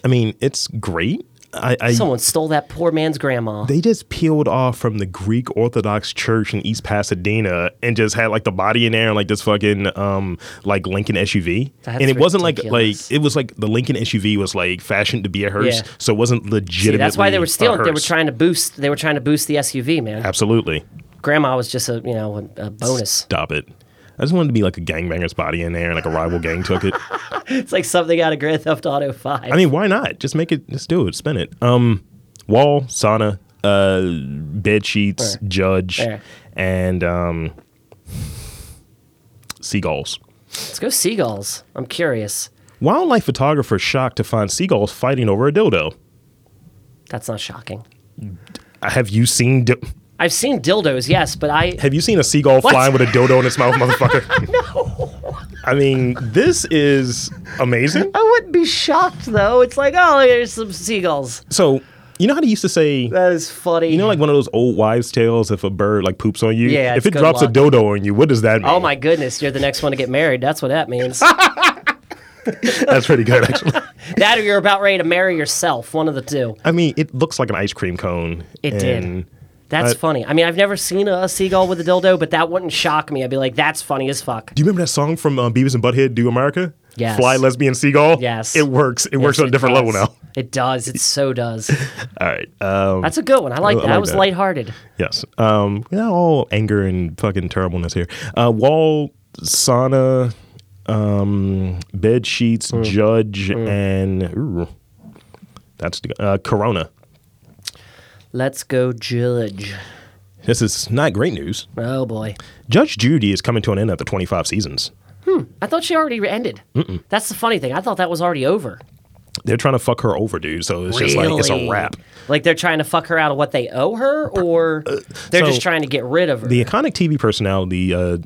Speaker 1: I mean, it's great. I, I
Speaker 2: Someone stole that poor man's grandma.
Speaker 1: they just peeled off from the Greek Orthodox Church in East Pasadena and just had like the body in there and like this fucking um like Lincoln SUV.
Speaker 2: That's
Speaker 1: and it wasn't
Speaker 2: ridiculous.
Speaker 1: like like it was like the Lincoln SUV was like fashioned to be a hearse,
Speaker 2: Yeah.
Speaker 1: so it wasn't
Speaker 2: See,
Speaker 1: legitimate.
Speaker 2: that's why they were stealing. They were trying to boost. They were trying to boost the SUV, man.
Speaker 1: Absolutely,
Speaker 2: Grandma was just a you know a, a bonus.
Speaker 1: stop it. I just wanted to be like a gangbanger's body in there, and like a rival gang took it.
Speaker 2: It's like something out of Grand Theft Auto Five.
Speaker 1: I mean, why not? Just make it. Just do it. Spin it. Um, wall, sauna, uh, bed sheets,
Speaker 2: Fair.
Speaker 1: judge,
Speaker 2: Fair.
Speaker 1: and um, seagulls.
Speaker 2: Let's go seagulls. I'm curious.
Speaker 1: Wildlife photographer shocked to find seagulls fighting over a dildo.
Speaker 2: That's not shocking.
Speaker 1: Have you seen? Di-
Speaker 2: I've seen dildos, yes, but I
Speaker 1: Have you seen a seagull flying with a dodo in its mouth, motherfucker? no. I mean, this is amazing.
Speaker 2: I wouldn't be shocked though. It's like, oh, here's some seagulls.
Speaker 1: So, you know how they used to say,
Speaker 2: That is funny.
Speaker 1: you know, like one of those old wives' tales if a bird like poops on you?
Speaker 2: Yeah,
Speaker 1: If
Speaker 2: it's
Speaker 1: it
Speaker 2: good
Speaker 1: drops a
Speaker 2: luck.
Speaker 1: dodo on you, what does that mean?
Speaker 2: oh my goodness, you're the next one to get married. That's what that means.
Speaker 1: That's pretty good, actually.
Speaker 2: that or you're about ready to marry yourself. One of the two.
Speaker 1: I mean, it looks like an ice cream cone.
Speaker 2: It did.
Speaker 1: and
Speaker 2: That's
Speaker 1: I-
Speaker 2: funny. I mean, I've never seen a, seagull with a dildo, but that wouldn't shock me. I'd be like, that's funny as fuck.
Speaker 1: Do you remember that song from uh, Beavis and Butthead, Do America?
Speaker 2: Yes.
Speaker 1: Fly Lesbian Seagull?
Speaker 2: Yes.
Speaker 1: It works. It works
Speaker 2: Yes,
Speaker 1: on a different
Speaker 2: does.
Speaker 1: level now.
Speaker 2: It does. It so does.
Speaker 1: All right. Um,
Speaker 2: That's a good one. I like
Speaker 1: I
Speaker 2: that.
Speaker 1: like
Speaker 2: I was
Speaker 1: that.
Speaker 2: lighthearted.
Speaker 1: Yes. Um, you know, all anger and fucking terribleness here. Uh, wall, sauna, um, bed sheets,
Speaker 2: Mm.
Speaker 1: judge, and ooh, that's the, uh, Corona.
Speaker 2: Let's go judge.
Speaker 1: This is not great news.
Speaker 2: Oh boy.
Speaker 1: Judge Judy is coming to an end after 25 seasons.
Speaker 2: I thought she already ended. That's the funny thing. I thought that was already over.
Speaker 1: They're trying to fuck her over, dude. So it's just like it's a
Speaker 2: Really?
Speaker 1: wrap.
Speaker 2: Like they're trying to fuck her out of what they owe her, or they're
Speaker 1: uh, so-
Speaker 2: just trying to get rid of her.
Speaker 1: The iconic TV personality. Uh,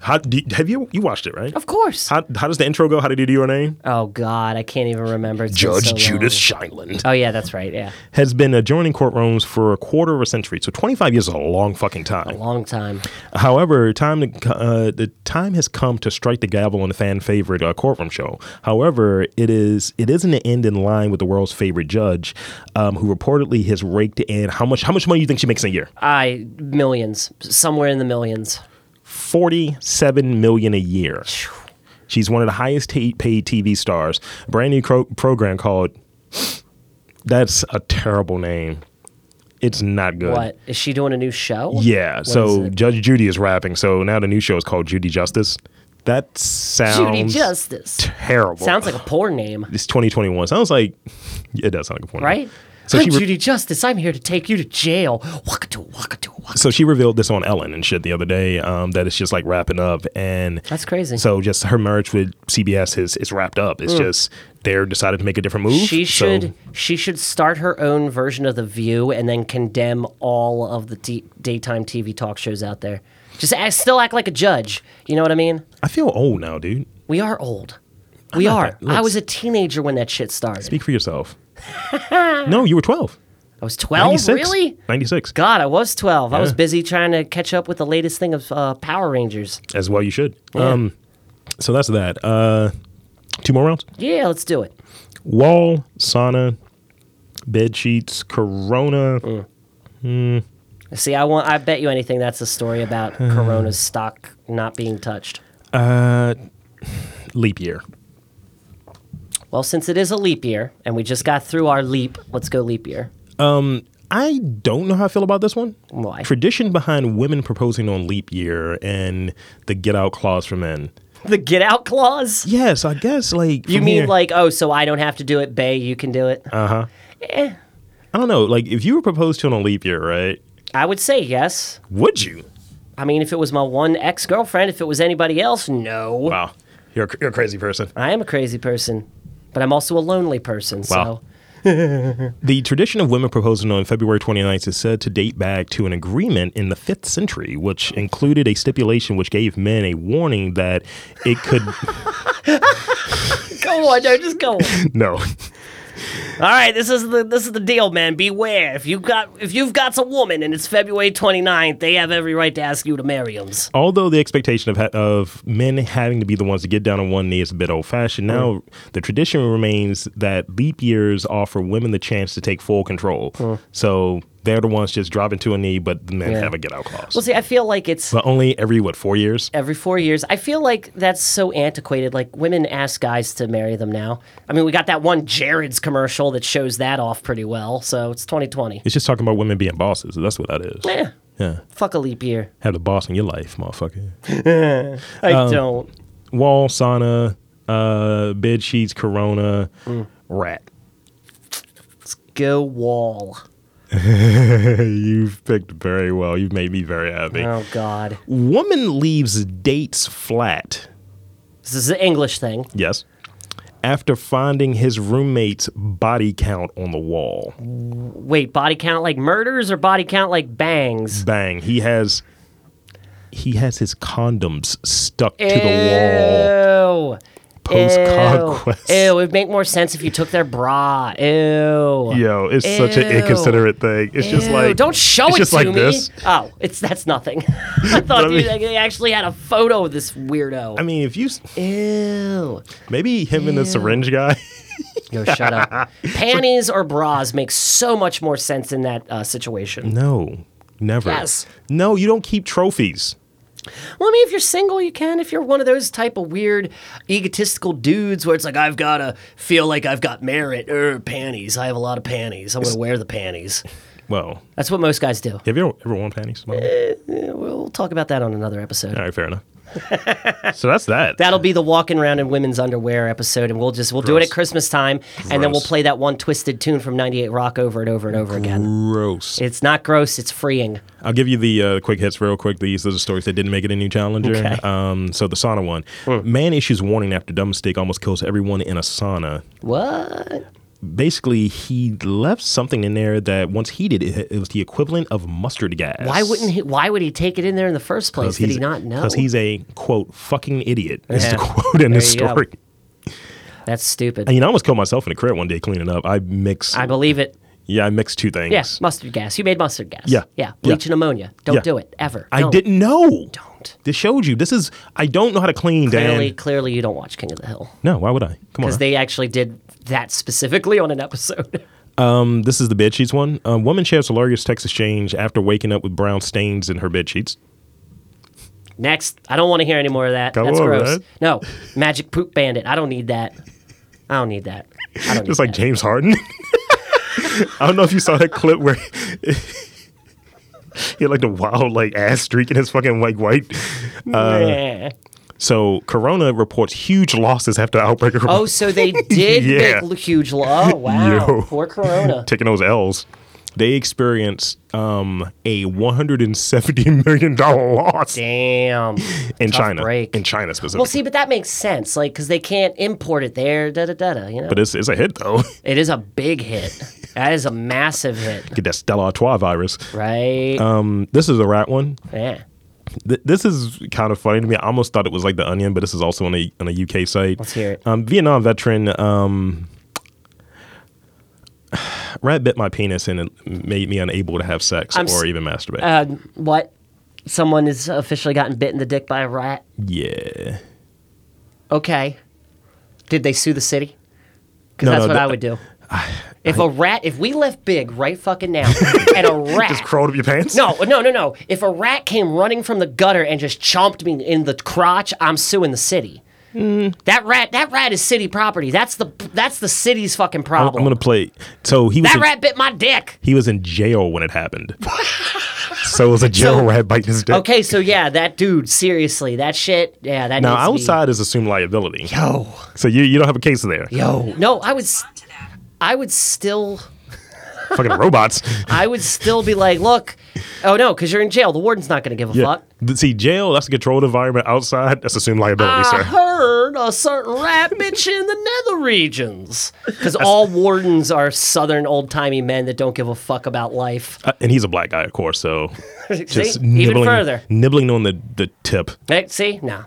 Speaker 1: how, do you, have you you watched it right?
Speaker 2: of course.
Speaker 1: How, how does the intro go? How did you do your name?
Speaker 2: oh God, I can't even remember. It's been
Speaker 1: Judge
Speaker 2: so
Speaker 1: Judith
Speaker 2: long.
Speaker 1: Shineland.
Speaker 2: Oh yeah, that's right. Yeah,
Speaker 1: has been adjourning courtrooms for a quarter of a century. So 25 years is a long fucking time.
Speaker 2: long time.
Speaker 1: However, time to, uh, the time has come to strike the gavel on the fan favorite uh, courtroom show. However, it is it isn't an end in line with the world's favorite judge, um, who reportedly has raked in how much how much money you think she makes in a year?
Speaker 2: I millions, somewhere in the millions.
Speaker 1: Forty seven million a year. She's one of the highest ta- paid TV stars. A brand new cro- program called. That's a terrible name. It's not good.
Speaker 2: What is she doing? A new show?
Speaker 1: Uh, Yeah.
Speaker 2: What
Speaker 1: so
Speaker 2: is it?
Speaker 1: Judge Judy is rapping. So now the new show is called Judy Justice. That sounds
Speaker 2: Judy Justice
Speaker 1: terrible.
Speaker 2: sounds like a porn name,
Speaker 1: it's 2021. Sounds like it does sound like a porn.
Speaker 2: right?
Speaker 1: So
Speaker 2: I'm
Speaker 1: she re-
Speaker 2: Judy Justice. I'm here to take you to jail. Waka do, waka do, waka.
Speaker 1: So she revealed this on Ellen and shit the other day um, that it's just like wrapping up and
Speaker 2: That's crazy.
Speaker 1: So just her marriage with CBS is is wrapped up. It's just they're decided to make a different move.
Speaker 2: Mm. She
Speaker 1: so-
Speaker 2: should she should start her own version of the View and then condemn all of the t- daytime TV talk shows out there. Just act, still act like a judge. You know what I mean?
Speaker 1: I feel old now, dude.
Speaker 2: We are old. We
Speaker 1: not
Speaker 2: are.
Speaker 1: that-
Speaker 2: I
Speaker 1: let's-
Speaker 2: was a teenager when that shit started.
Speaker 1: Speak for yourself. no, you were 12.
Speaker 2: I was twelve.
Speaker 1: 96.
Speaker 2: Oh, Really?
Speaker 1: 96.
Speaker 2: God, I was twelve. I was
Speaker 1: Yeah.
Speaker 2: busy trying to catch up with the latest thing of uh, Power Rangers.
Speaker 1: As well, you should. Um, so that's that. Uh, two more rounds.
Speaker 2: Yeah, let's do it.
Speaker 1: wall, sauna, bed sheets, corona.
Speaker 2: Mm. See, I want. I bet you anything. That's a story about
Speaker 1: Hmm.
Speaker 2: Corona's stock not being touched.
Speaker 1: Uh, leap year.
Speaker 2: Well, since it is a leap year and we just got through our leap, let's go leap year.
Speaker 1: I don't know how I feel about this one.
Speaker 2: Why?
Speaker 1: Tradition behind women proposing on leap year and the get out clause for men.
Speaker 2: The get out clause?
Speaker 1: Yes, I guess like
Speaker 2: You
Speaker 1: from
Speaker 2: mean
Speaker 1: here- Uh.
Speaker 2: like, oh, so I don't have to do it, Bay, you can do it?
Speaker 1: I don't know like if you were proposed to on a leap year, right?
Speaker 2: I would say yes.
Speaker 1: Would you?
Speaker 2: I mean, if it was my one ex girlfriend, if it was anybody else, no.
Speaker 1: Wow, you're a, cr- you're a crazy person.
Speaker 2: I am a crazy person, but I'm also a lonely person.
Speaker 1: Wow.
Speaker 2: So
Speaker 1: The tradition of women proposing on February 29th is said to date back to an agreement in the 5th century, which included a stipulation which gave men a warning that it could.
Speaker 2: go on, no, just go. on.
Speaker 1: no.
Speaker 2: All right, this is the this is the deal, man. Beware if you got if you've got a woman and it's February 29th, they have every right to ask you to marry them.
Speaker 1: Although the expectation of, ha- of men having to be the ones to get down on one knee is a bit old fashioned, now the tradition remains that leap years offer women the chance to take full control. So they're the ones just dropping to a knee, but the men
Speaker 2: Yeah.
Speaker 1: have a get out clause.
Speaker 2: Well, see, I feel like it's
Speaker 1: but only every, what, four years?
Speaker 2: every four years. I feel like that's so antiquated. Like women ask guys to marry them now. I mean, we got that one Jared's commercial that shows that off pretty well. So it's 2020.
Speaker 1: It's just talking about women being bosses. That's what that is.
Speaker 2: Yeah.
Speaker 1: Yeah.
Speaker 2: Fuck a leap year.
Speaker 1: Have the boss in your life, motherfucker.
Speaker 2: I
Speaker 1: Um,
Speaker 2: don't.
Speaker 1: Wall, sauna, uh, bed sheets, corona,
Speaker 2: Mm.
Speaker 1: rat.
Speaker 2: Let's go wall.
Speaker 1: You've picked very well. You've made me very happy.
Speaker 2: Oh God.
Speaker 1: Woman leaves dates flat.
Speaker 2: This is the English thing.
Speaker 1: Yes. After finding his roommate's body count on the wall.
Speaker 2: Wait, body count like murders or body count like bangs?
Speaker 1: Bang. He has he has his condoms stuck to the wall.
Speaker 2: Ew.
Speaker 1: Post
Speaker 2: Ew.
Speaker 1: conquest.
Speaker 2: Ew. It would make more sense if you took their bra. Ew.
Speaker 1: Yo, it's such an
Speaker 2: Ew.
Speaker 1: inconsiderate thing. It's just
Speaker 2: Ew,
Speaker 1: like
Speaker 2: don't show
Speaker 1: it's
Speaker 2: it
Speaker 1: just
Speaker 2: to
Speaker 1: like
Speaker 2: me.
Speaker 1: this.
Speaker 2: Oh, it's that's nothing. I
Speaker 1: I
Speaker 2: thought you
Speaker 1: mean-
Speaker 2: they actually had a photo of this weirdo.
Speaker 1: I mean, if you s-
Speaker 2: Ew.
Speaker 1: maybe him and the syringe guy.
Speaker 2: Yo, shut up. Panties or bras make so much more sense in that uh, situation.
Speaker 1: No, never.
Speaker 2: Yes.
Speaker 1: No, you don't keep trophies.
Speaker 2: Well, I mean, if you're single, you can. If you're one of those type of weird, egotistical dudes where it's like, I've got to feel like I've got merit or panties. I have a lot of panties. I'm going to wear the panties.
Speaker 1: Well,
Speaker 2: That's what most guys do.
Speaker 1: have you ever, ever worn panties? Mom?
Speaker 2: Yeah, Eh, We'll talk about that on another episode.
Speaker 1: All right, fair enough. so that's that.
Speaker 2: That'll be the walking around in women's underwear episode, and we'll just we'll do it
Speaker 1: Gross.
Speaker 2: at Christmas time, and then we'll
Speaker 1: Gross.
Speaker 2: play that one twisted tune from '98 Rock over and over and over again.
Speaker 1: Gross.
Speaker 2: It's not gross; it's freeing.
Speaker 1: I'll give you the uh, quick hits real quick. These those are stories that didn't make it a new challenger.
Speaker 2: Okay. Hmm.
Speaker 1: Um, so the sauna one. Man issues warning after dumb mistake almost kills everyone in a sauna.
Speaker 2: What?
Speaker 1: Basically, he left something in there that once heated, it, it was the equivalent of mustard gas.
Speaker 2: Why wouldn't he? Why would he take it in there in the first place? Did he not know?
Speaker 1: Because he's a quote fucking idiot. Is
Speaker 2: Yeah.
Speaker 1: the quote in this
Speaker 2: There you go.
Speaker 1: story.
Speaker 2: That's stupid.
Speaker 1: I mean, I almost killed myself in the crib one day cleaning up. I mixed.
Speaker 2: I believe it.
Speaker 1: yeah, I mixed two things.
Speaker 2: Yeah, mustard gas. You made mustard gas.
Speaker 1: Yeah.
Speaker 2: Yeah.
Speaker 1: Yeah.
Speaker 2: Bleach and ammonia. Don't
Speaker 1: Yeah.
Speaker 2: do it ever.
Speaker 1: I
Speaker 2: No.
Speaker 1: didn't know.
Speaker 2: Don't.
Speaker 1: This showed you. This is. I don't know how to clean,
Speaker 2: Clearly,
Speaker 1: Dan.
Speaker 2: clearly, you don't watch King of the Hill
Speaker 1: No, why would I? Come on.
Speaker 2: because they actually did that specifically on an episode.
Speaker 1: Um, This is the bed sheets one. A woman shares hilarious text exchange after waking up with brown stains in her bed sheets.
Speaker 2: Next, I don't want to hear any more of that.
Speaker 1: Come
Speaker 2: That's
Speaker 1: on,
Speaker 2: gross.
Speaker 1: man.
Speaker 2: No, magic poop bandit. I don't need that. I don't need that. I don't need
Speaker 1: It's like
Speaker 2: that.
Speaker 1: James Harden. I don't know if you saw that clip where he had like the wild like ass streak in his fucking like white. uh,
Speaker 2: Nah.
Speaker 1: So Corona reports huge losses after the outbreak of
Speaker 2: oh, so they did
Speaker 1: Yeah.
Speaker 2: make huge law. Oh, wow.
Speaker 1: Yo.
Speaker 2: Poor Corona.
Speaker 1: taking those L's. They experienced um, a 170 million dollar loss
Speaker 2: Damn.
Speaker 1: in
Speaker 2: Tough
Speaker 1: China.
Speaker 2: break.
Speaker 1: In China specifically.
Speaker 2: Well, see, but that makes sense, like, because they can't import it there. Da da da da. You know,
Speaker 1: but it's, it's a hit though.
Speaker 2: it is a big hit. That is a massive hit,
Speaker 1: Get that Stella Artois virus.
Speaker 2: right?
Speaker 1: Um, this is a rat one.
Speaker 2: yeah.
Speaker 1: Th- this is kind of funny to me. I almost thought it was like The Onion, but this is also on a on a UK site.
Speaker 2: Let's hear it.
Speaker 1: Um, Vietnam veteran. Um, rat bit my penis and it made me unable to have sex
Speaker 2: I'm
Speaker 1: or
Speaker 2: s-
Speaker 1: even masturbate.
Speaker 2: Um, what? Someone has officially gotten bitten the dick by a rat.
Speaker 1: yeah.
Speaker 2: Okay. Did they sue the city? Because
Speaker 1: No,
Speaker 2: that's
Speaker 1: no,
Speaker 2: what
Speaker 1: the-
Speaker 2: I would do. If a rat, if we left big right fucking now, and a rat,
Speaker 1: Just crawled up your pants.
Speaker 2: no, no, no, no. If a rat came running from the gutter and just chomped me in the crotch, I'm suing the city.
Speaker 1: Mm.
Speaker 2: That rat, that rat is city property. That's the that's the city's fucking
Speaker 1: I'm,
Speaker 2: problem.
Speaker 1: I'm gonna play. So he was
Speaker 2: that
Speaker 1: in,
Speaker 2: rat bit my dick.
Speaker 1: he was in jail when it happened. so it was a jail
Speaker 2: So-
Speaker 1: rat biting his dick.
Speaker 2: Okay, so yeah, that dude, seriously, that shit, yeah, that.
Speaker 1: Now
Speaker 2: needs to be-
Speaker 1: outside is assumed liability.
Speaker 2: Yo,
Speaker 1: So you you don't have a case there.
Speaker 2: yo, no, I would, s- I would still.
Speaker 1: Fucking robots.
Speaker 2: I would still be like, look, oh no, because you're in jail. The warden's not going to give a fuck.
Speaker 1: Th- See, jail, that's a controlled environment. Outside, that's assumed liability,
Speaker 2: I
Speaker 1: sir.
Speaker 2: heard a certain rat bitch in the nether regions. Because all wardens are southern old timey men that don't give a fuck about life.
Speaker 1: Uh, and he's a black guy, of course, so
Speaker 2: See? Even further.
Speaker 1: nibbling on the, the tip.
Speaker 2: Hey, see? Nah.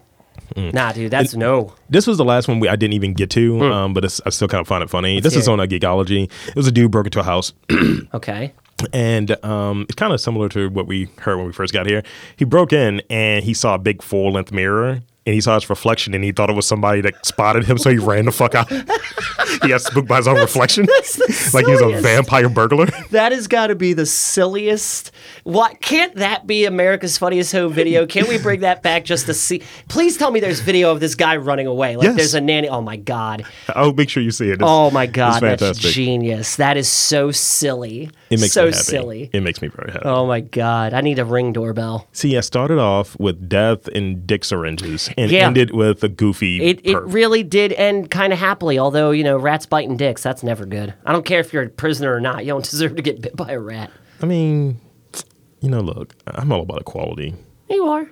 Speaker 1: Mm.
Speaker 2: Nah, dude, that's no.
Speaker 1: This was the last one we, I didn't even get to, um, but it's, I still kind of find it funny. this
Speaker 2: Hmm. hear
Speaker 1: is
Speaker 2: it.
Speaker 1: on a Geekology. It was a dude broke into a house,
Speaker 2: Okay.
Speaker 1: and um, it's kind of similar to what we heard when we first got here. He broke in and he saw a big full length mirror. and he saw his reflection and he thought it was somebody that spotted him, so he ran the fuck out. he got spooked by his own reflection,
Speaker 2: that's the
Speaker 1: like he's a
Speaker 2: silliest.
Speaker 1: vampire burglar.
Speaker 2: That has got to be the silliest. What can't that be America's Funniest Home Video? Can we bring that back just to see? Please tell me there's video of this guy running away. Like
Speaker 1: Yes.
Speaker 2: there's a nanny. Oh my god.
Speaker 1: I'll make sure you see it. It's-
Speaker 2: Oh my
Speaker 1: it's
Speaker 2: god. That's
Speaker 1: fantastic.
Speaker 2: genius. That is so silly.
Speaker 1: It makes
Speaker 2: so
Speaker 1: me happy.
Speaker 2: silly.
Speaker 1: It makes me very happy.
Speaker 2: Oh my god. I need a ring doorbell.
Speaker 1: See, I started off with death and dick syringes and
Speaker 2: Yeah.
Speaker 1: ended with a goofy.
Speaker 2: It it
Speaker 1: perv.
Speaker 2: really did end kind of happily. Although you know rats biting dicks, that's never good. I don't care if you're a prisoner or not. You don't deserve to get bit by a rat.
Speaker 1: I mean, you know, look, I'm all about equality.
Speaker 2: You are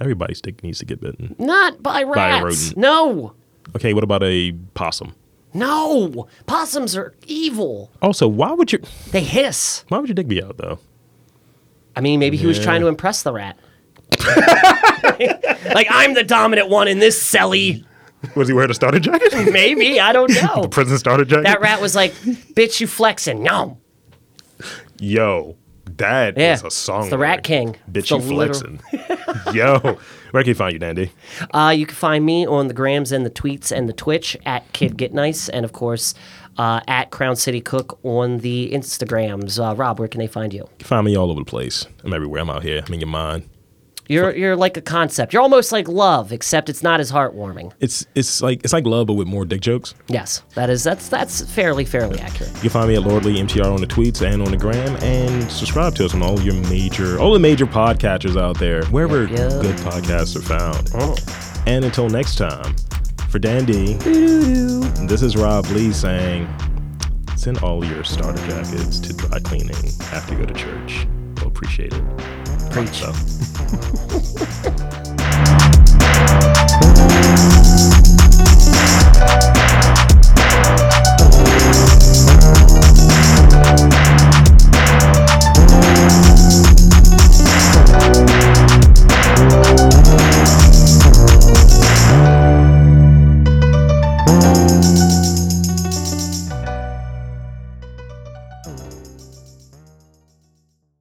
Speaker 1: Everybody's dick needs to get bitten.
Speaker 2: not by
Speaker 1: By a
Speaker 2: rats.
Speaker 1: rodent.
Speaker 2: no.
Speaker 1: Okay, what about a possum?
Speaker 2: No, possums are evil.
Speaker 1: Also, why would you?
Speaker 2: They hiss.
Speaker 1: Why would your dick be out though?
Speaker 2: I mean, maybe he was trying to impress the rat. like I'm the dominant one in this celly.
Speaker 1: Was he wearing a starter jacket?
Speaker 2: Maybe I don't know.
Speaker 1: Prison starter jacket.
Speaker 2: That rat was like, "Bitch, you flexing?" No.
Speaker 1: Yo, that is
Speaker 2: Yeah.
Speaker 1: a song.
Speaker 2: It's the Rat
Speaker 1: lyric.
Speaker 2: King. It's
Speaker 1: Bitchy
Speaker 2: the literal-
Speaker 1: flexing. Yo, where can you find you, Dandy?
Speaker 2: Uh, you can find me on the grams and the tweets and the Twitch at Kid Get Nice, and of course uh, at Crown City Cook on the Instagrams. Uh, Rob, where can they find you?
Speaker 1: You can find me all over the place. I'm everywhere. I'm out here. I'm in your mind.
Speaker 2: You're you're like a concept. You're almost like love, except it's not as heartwarming.
Speaker 1: It's it's like it's like love, but with more dick jokes.
Speaker 2: Yes, that is that's that's fairly fairly accurate.
Speaker 1: You can find me at Lordly MTR on the tweets and on the gram, and subscribe to us on all your major, all the major podcatchers out there, wherever
Speaker 2: Yeah.
Speaker 1: good podcasts are found. And until next time, for Dandy, this is Rob Lee saying, send all your starter jackets to dry cleaning after you go to church. We'll appreciate it.
Speaker 2: Preach.
Speaker 1: So.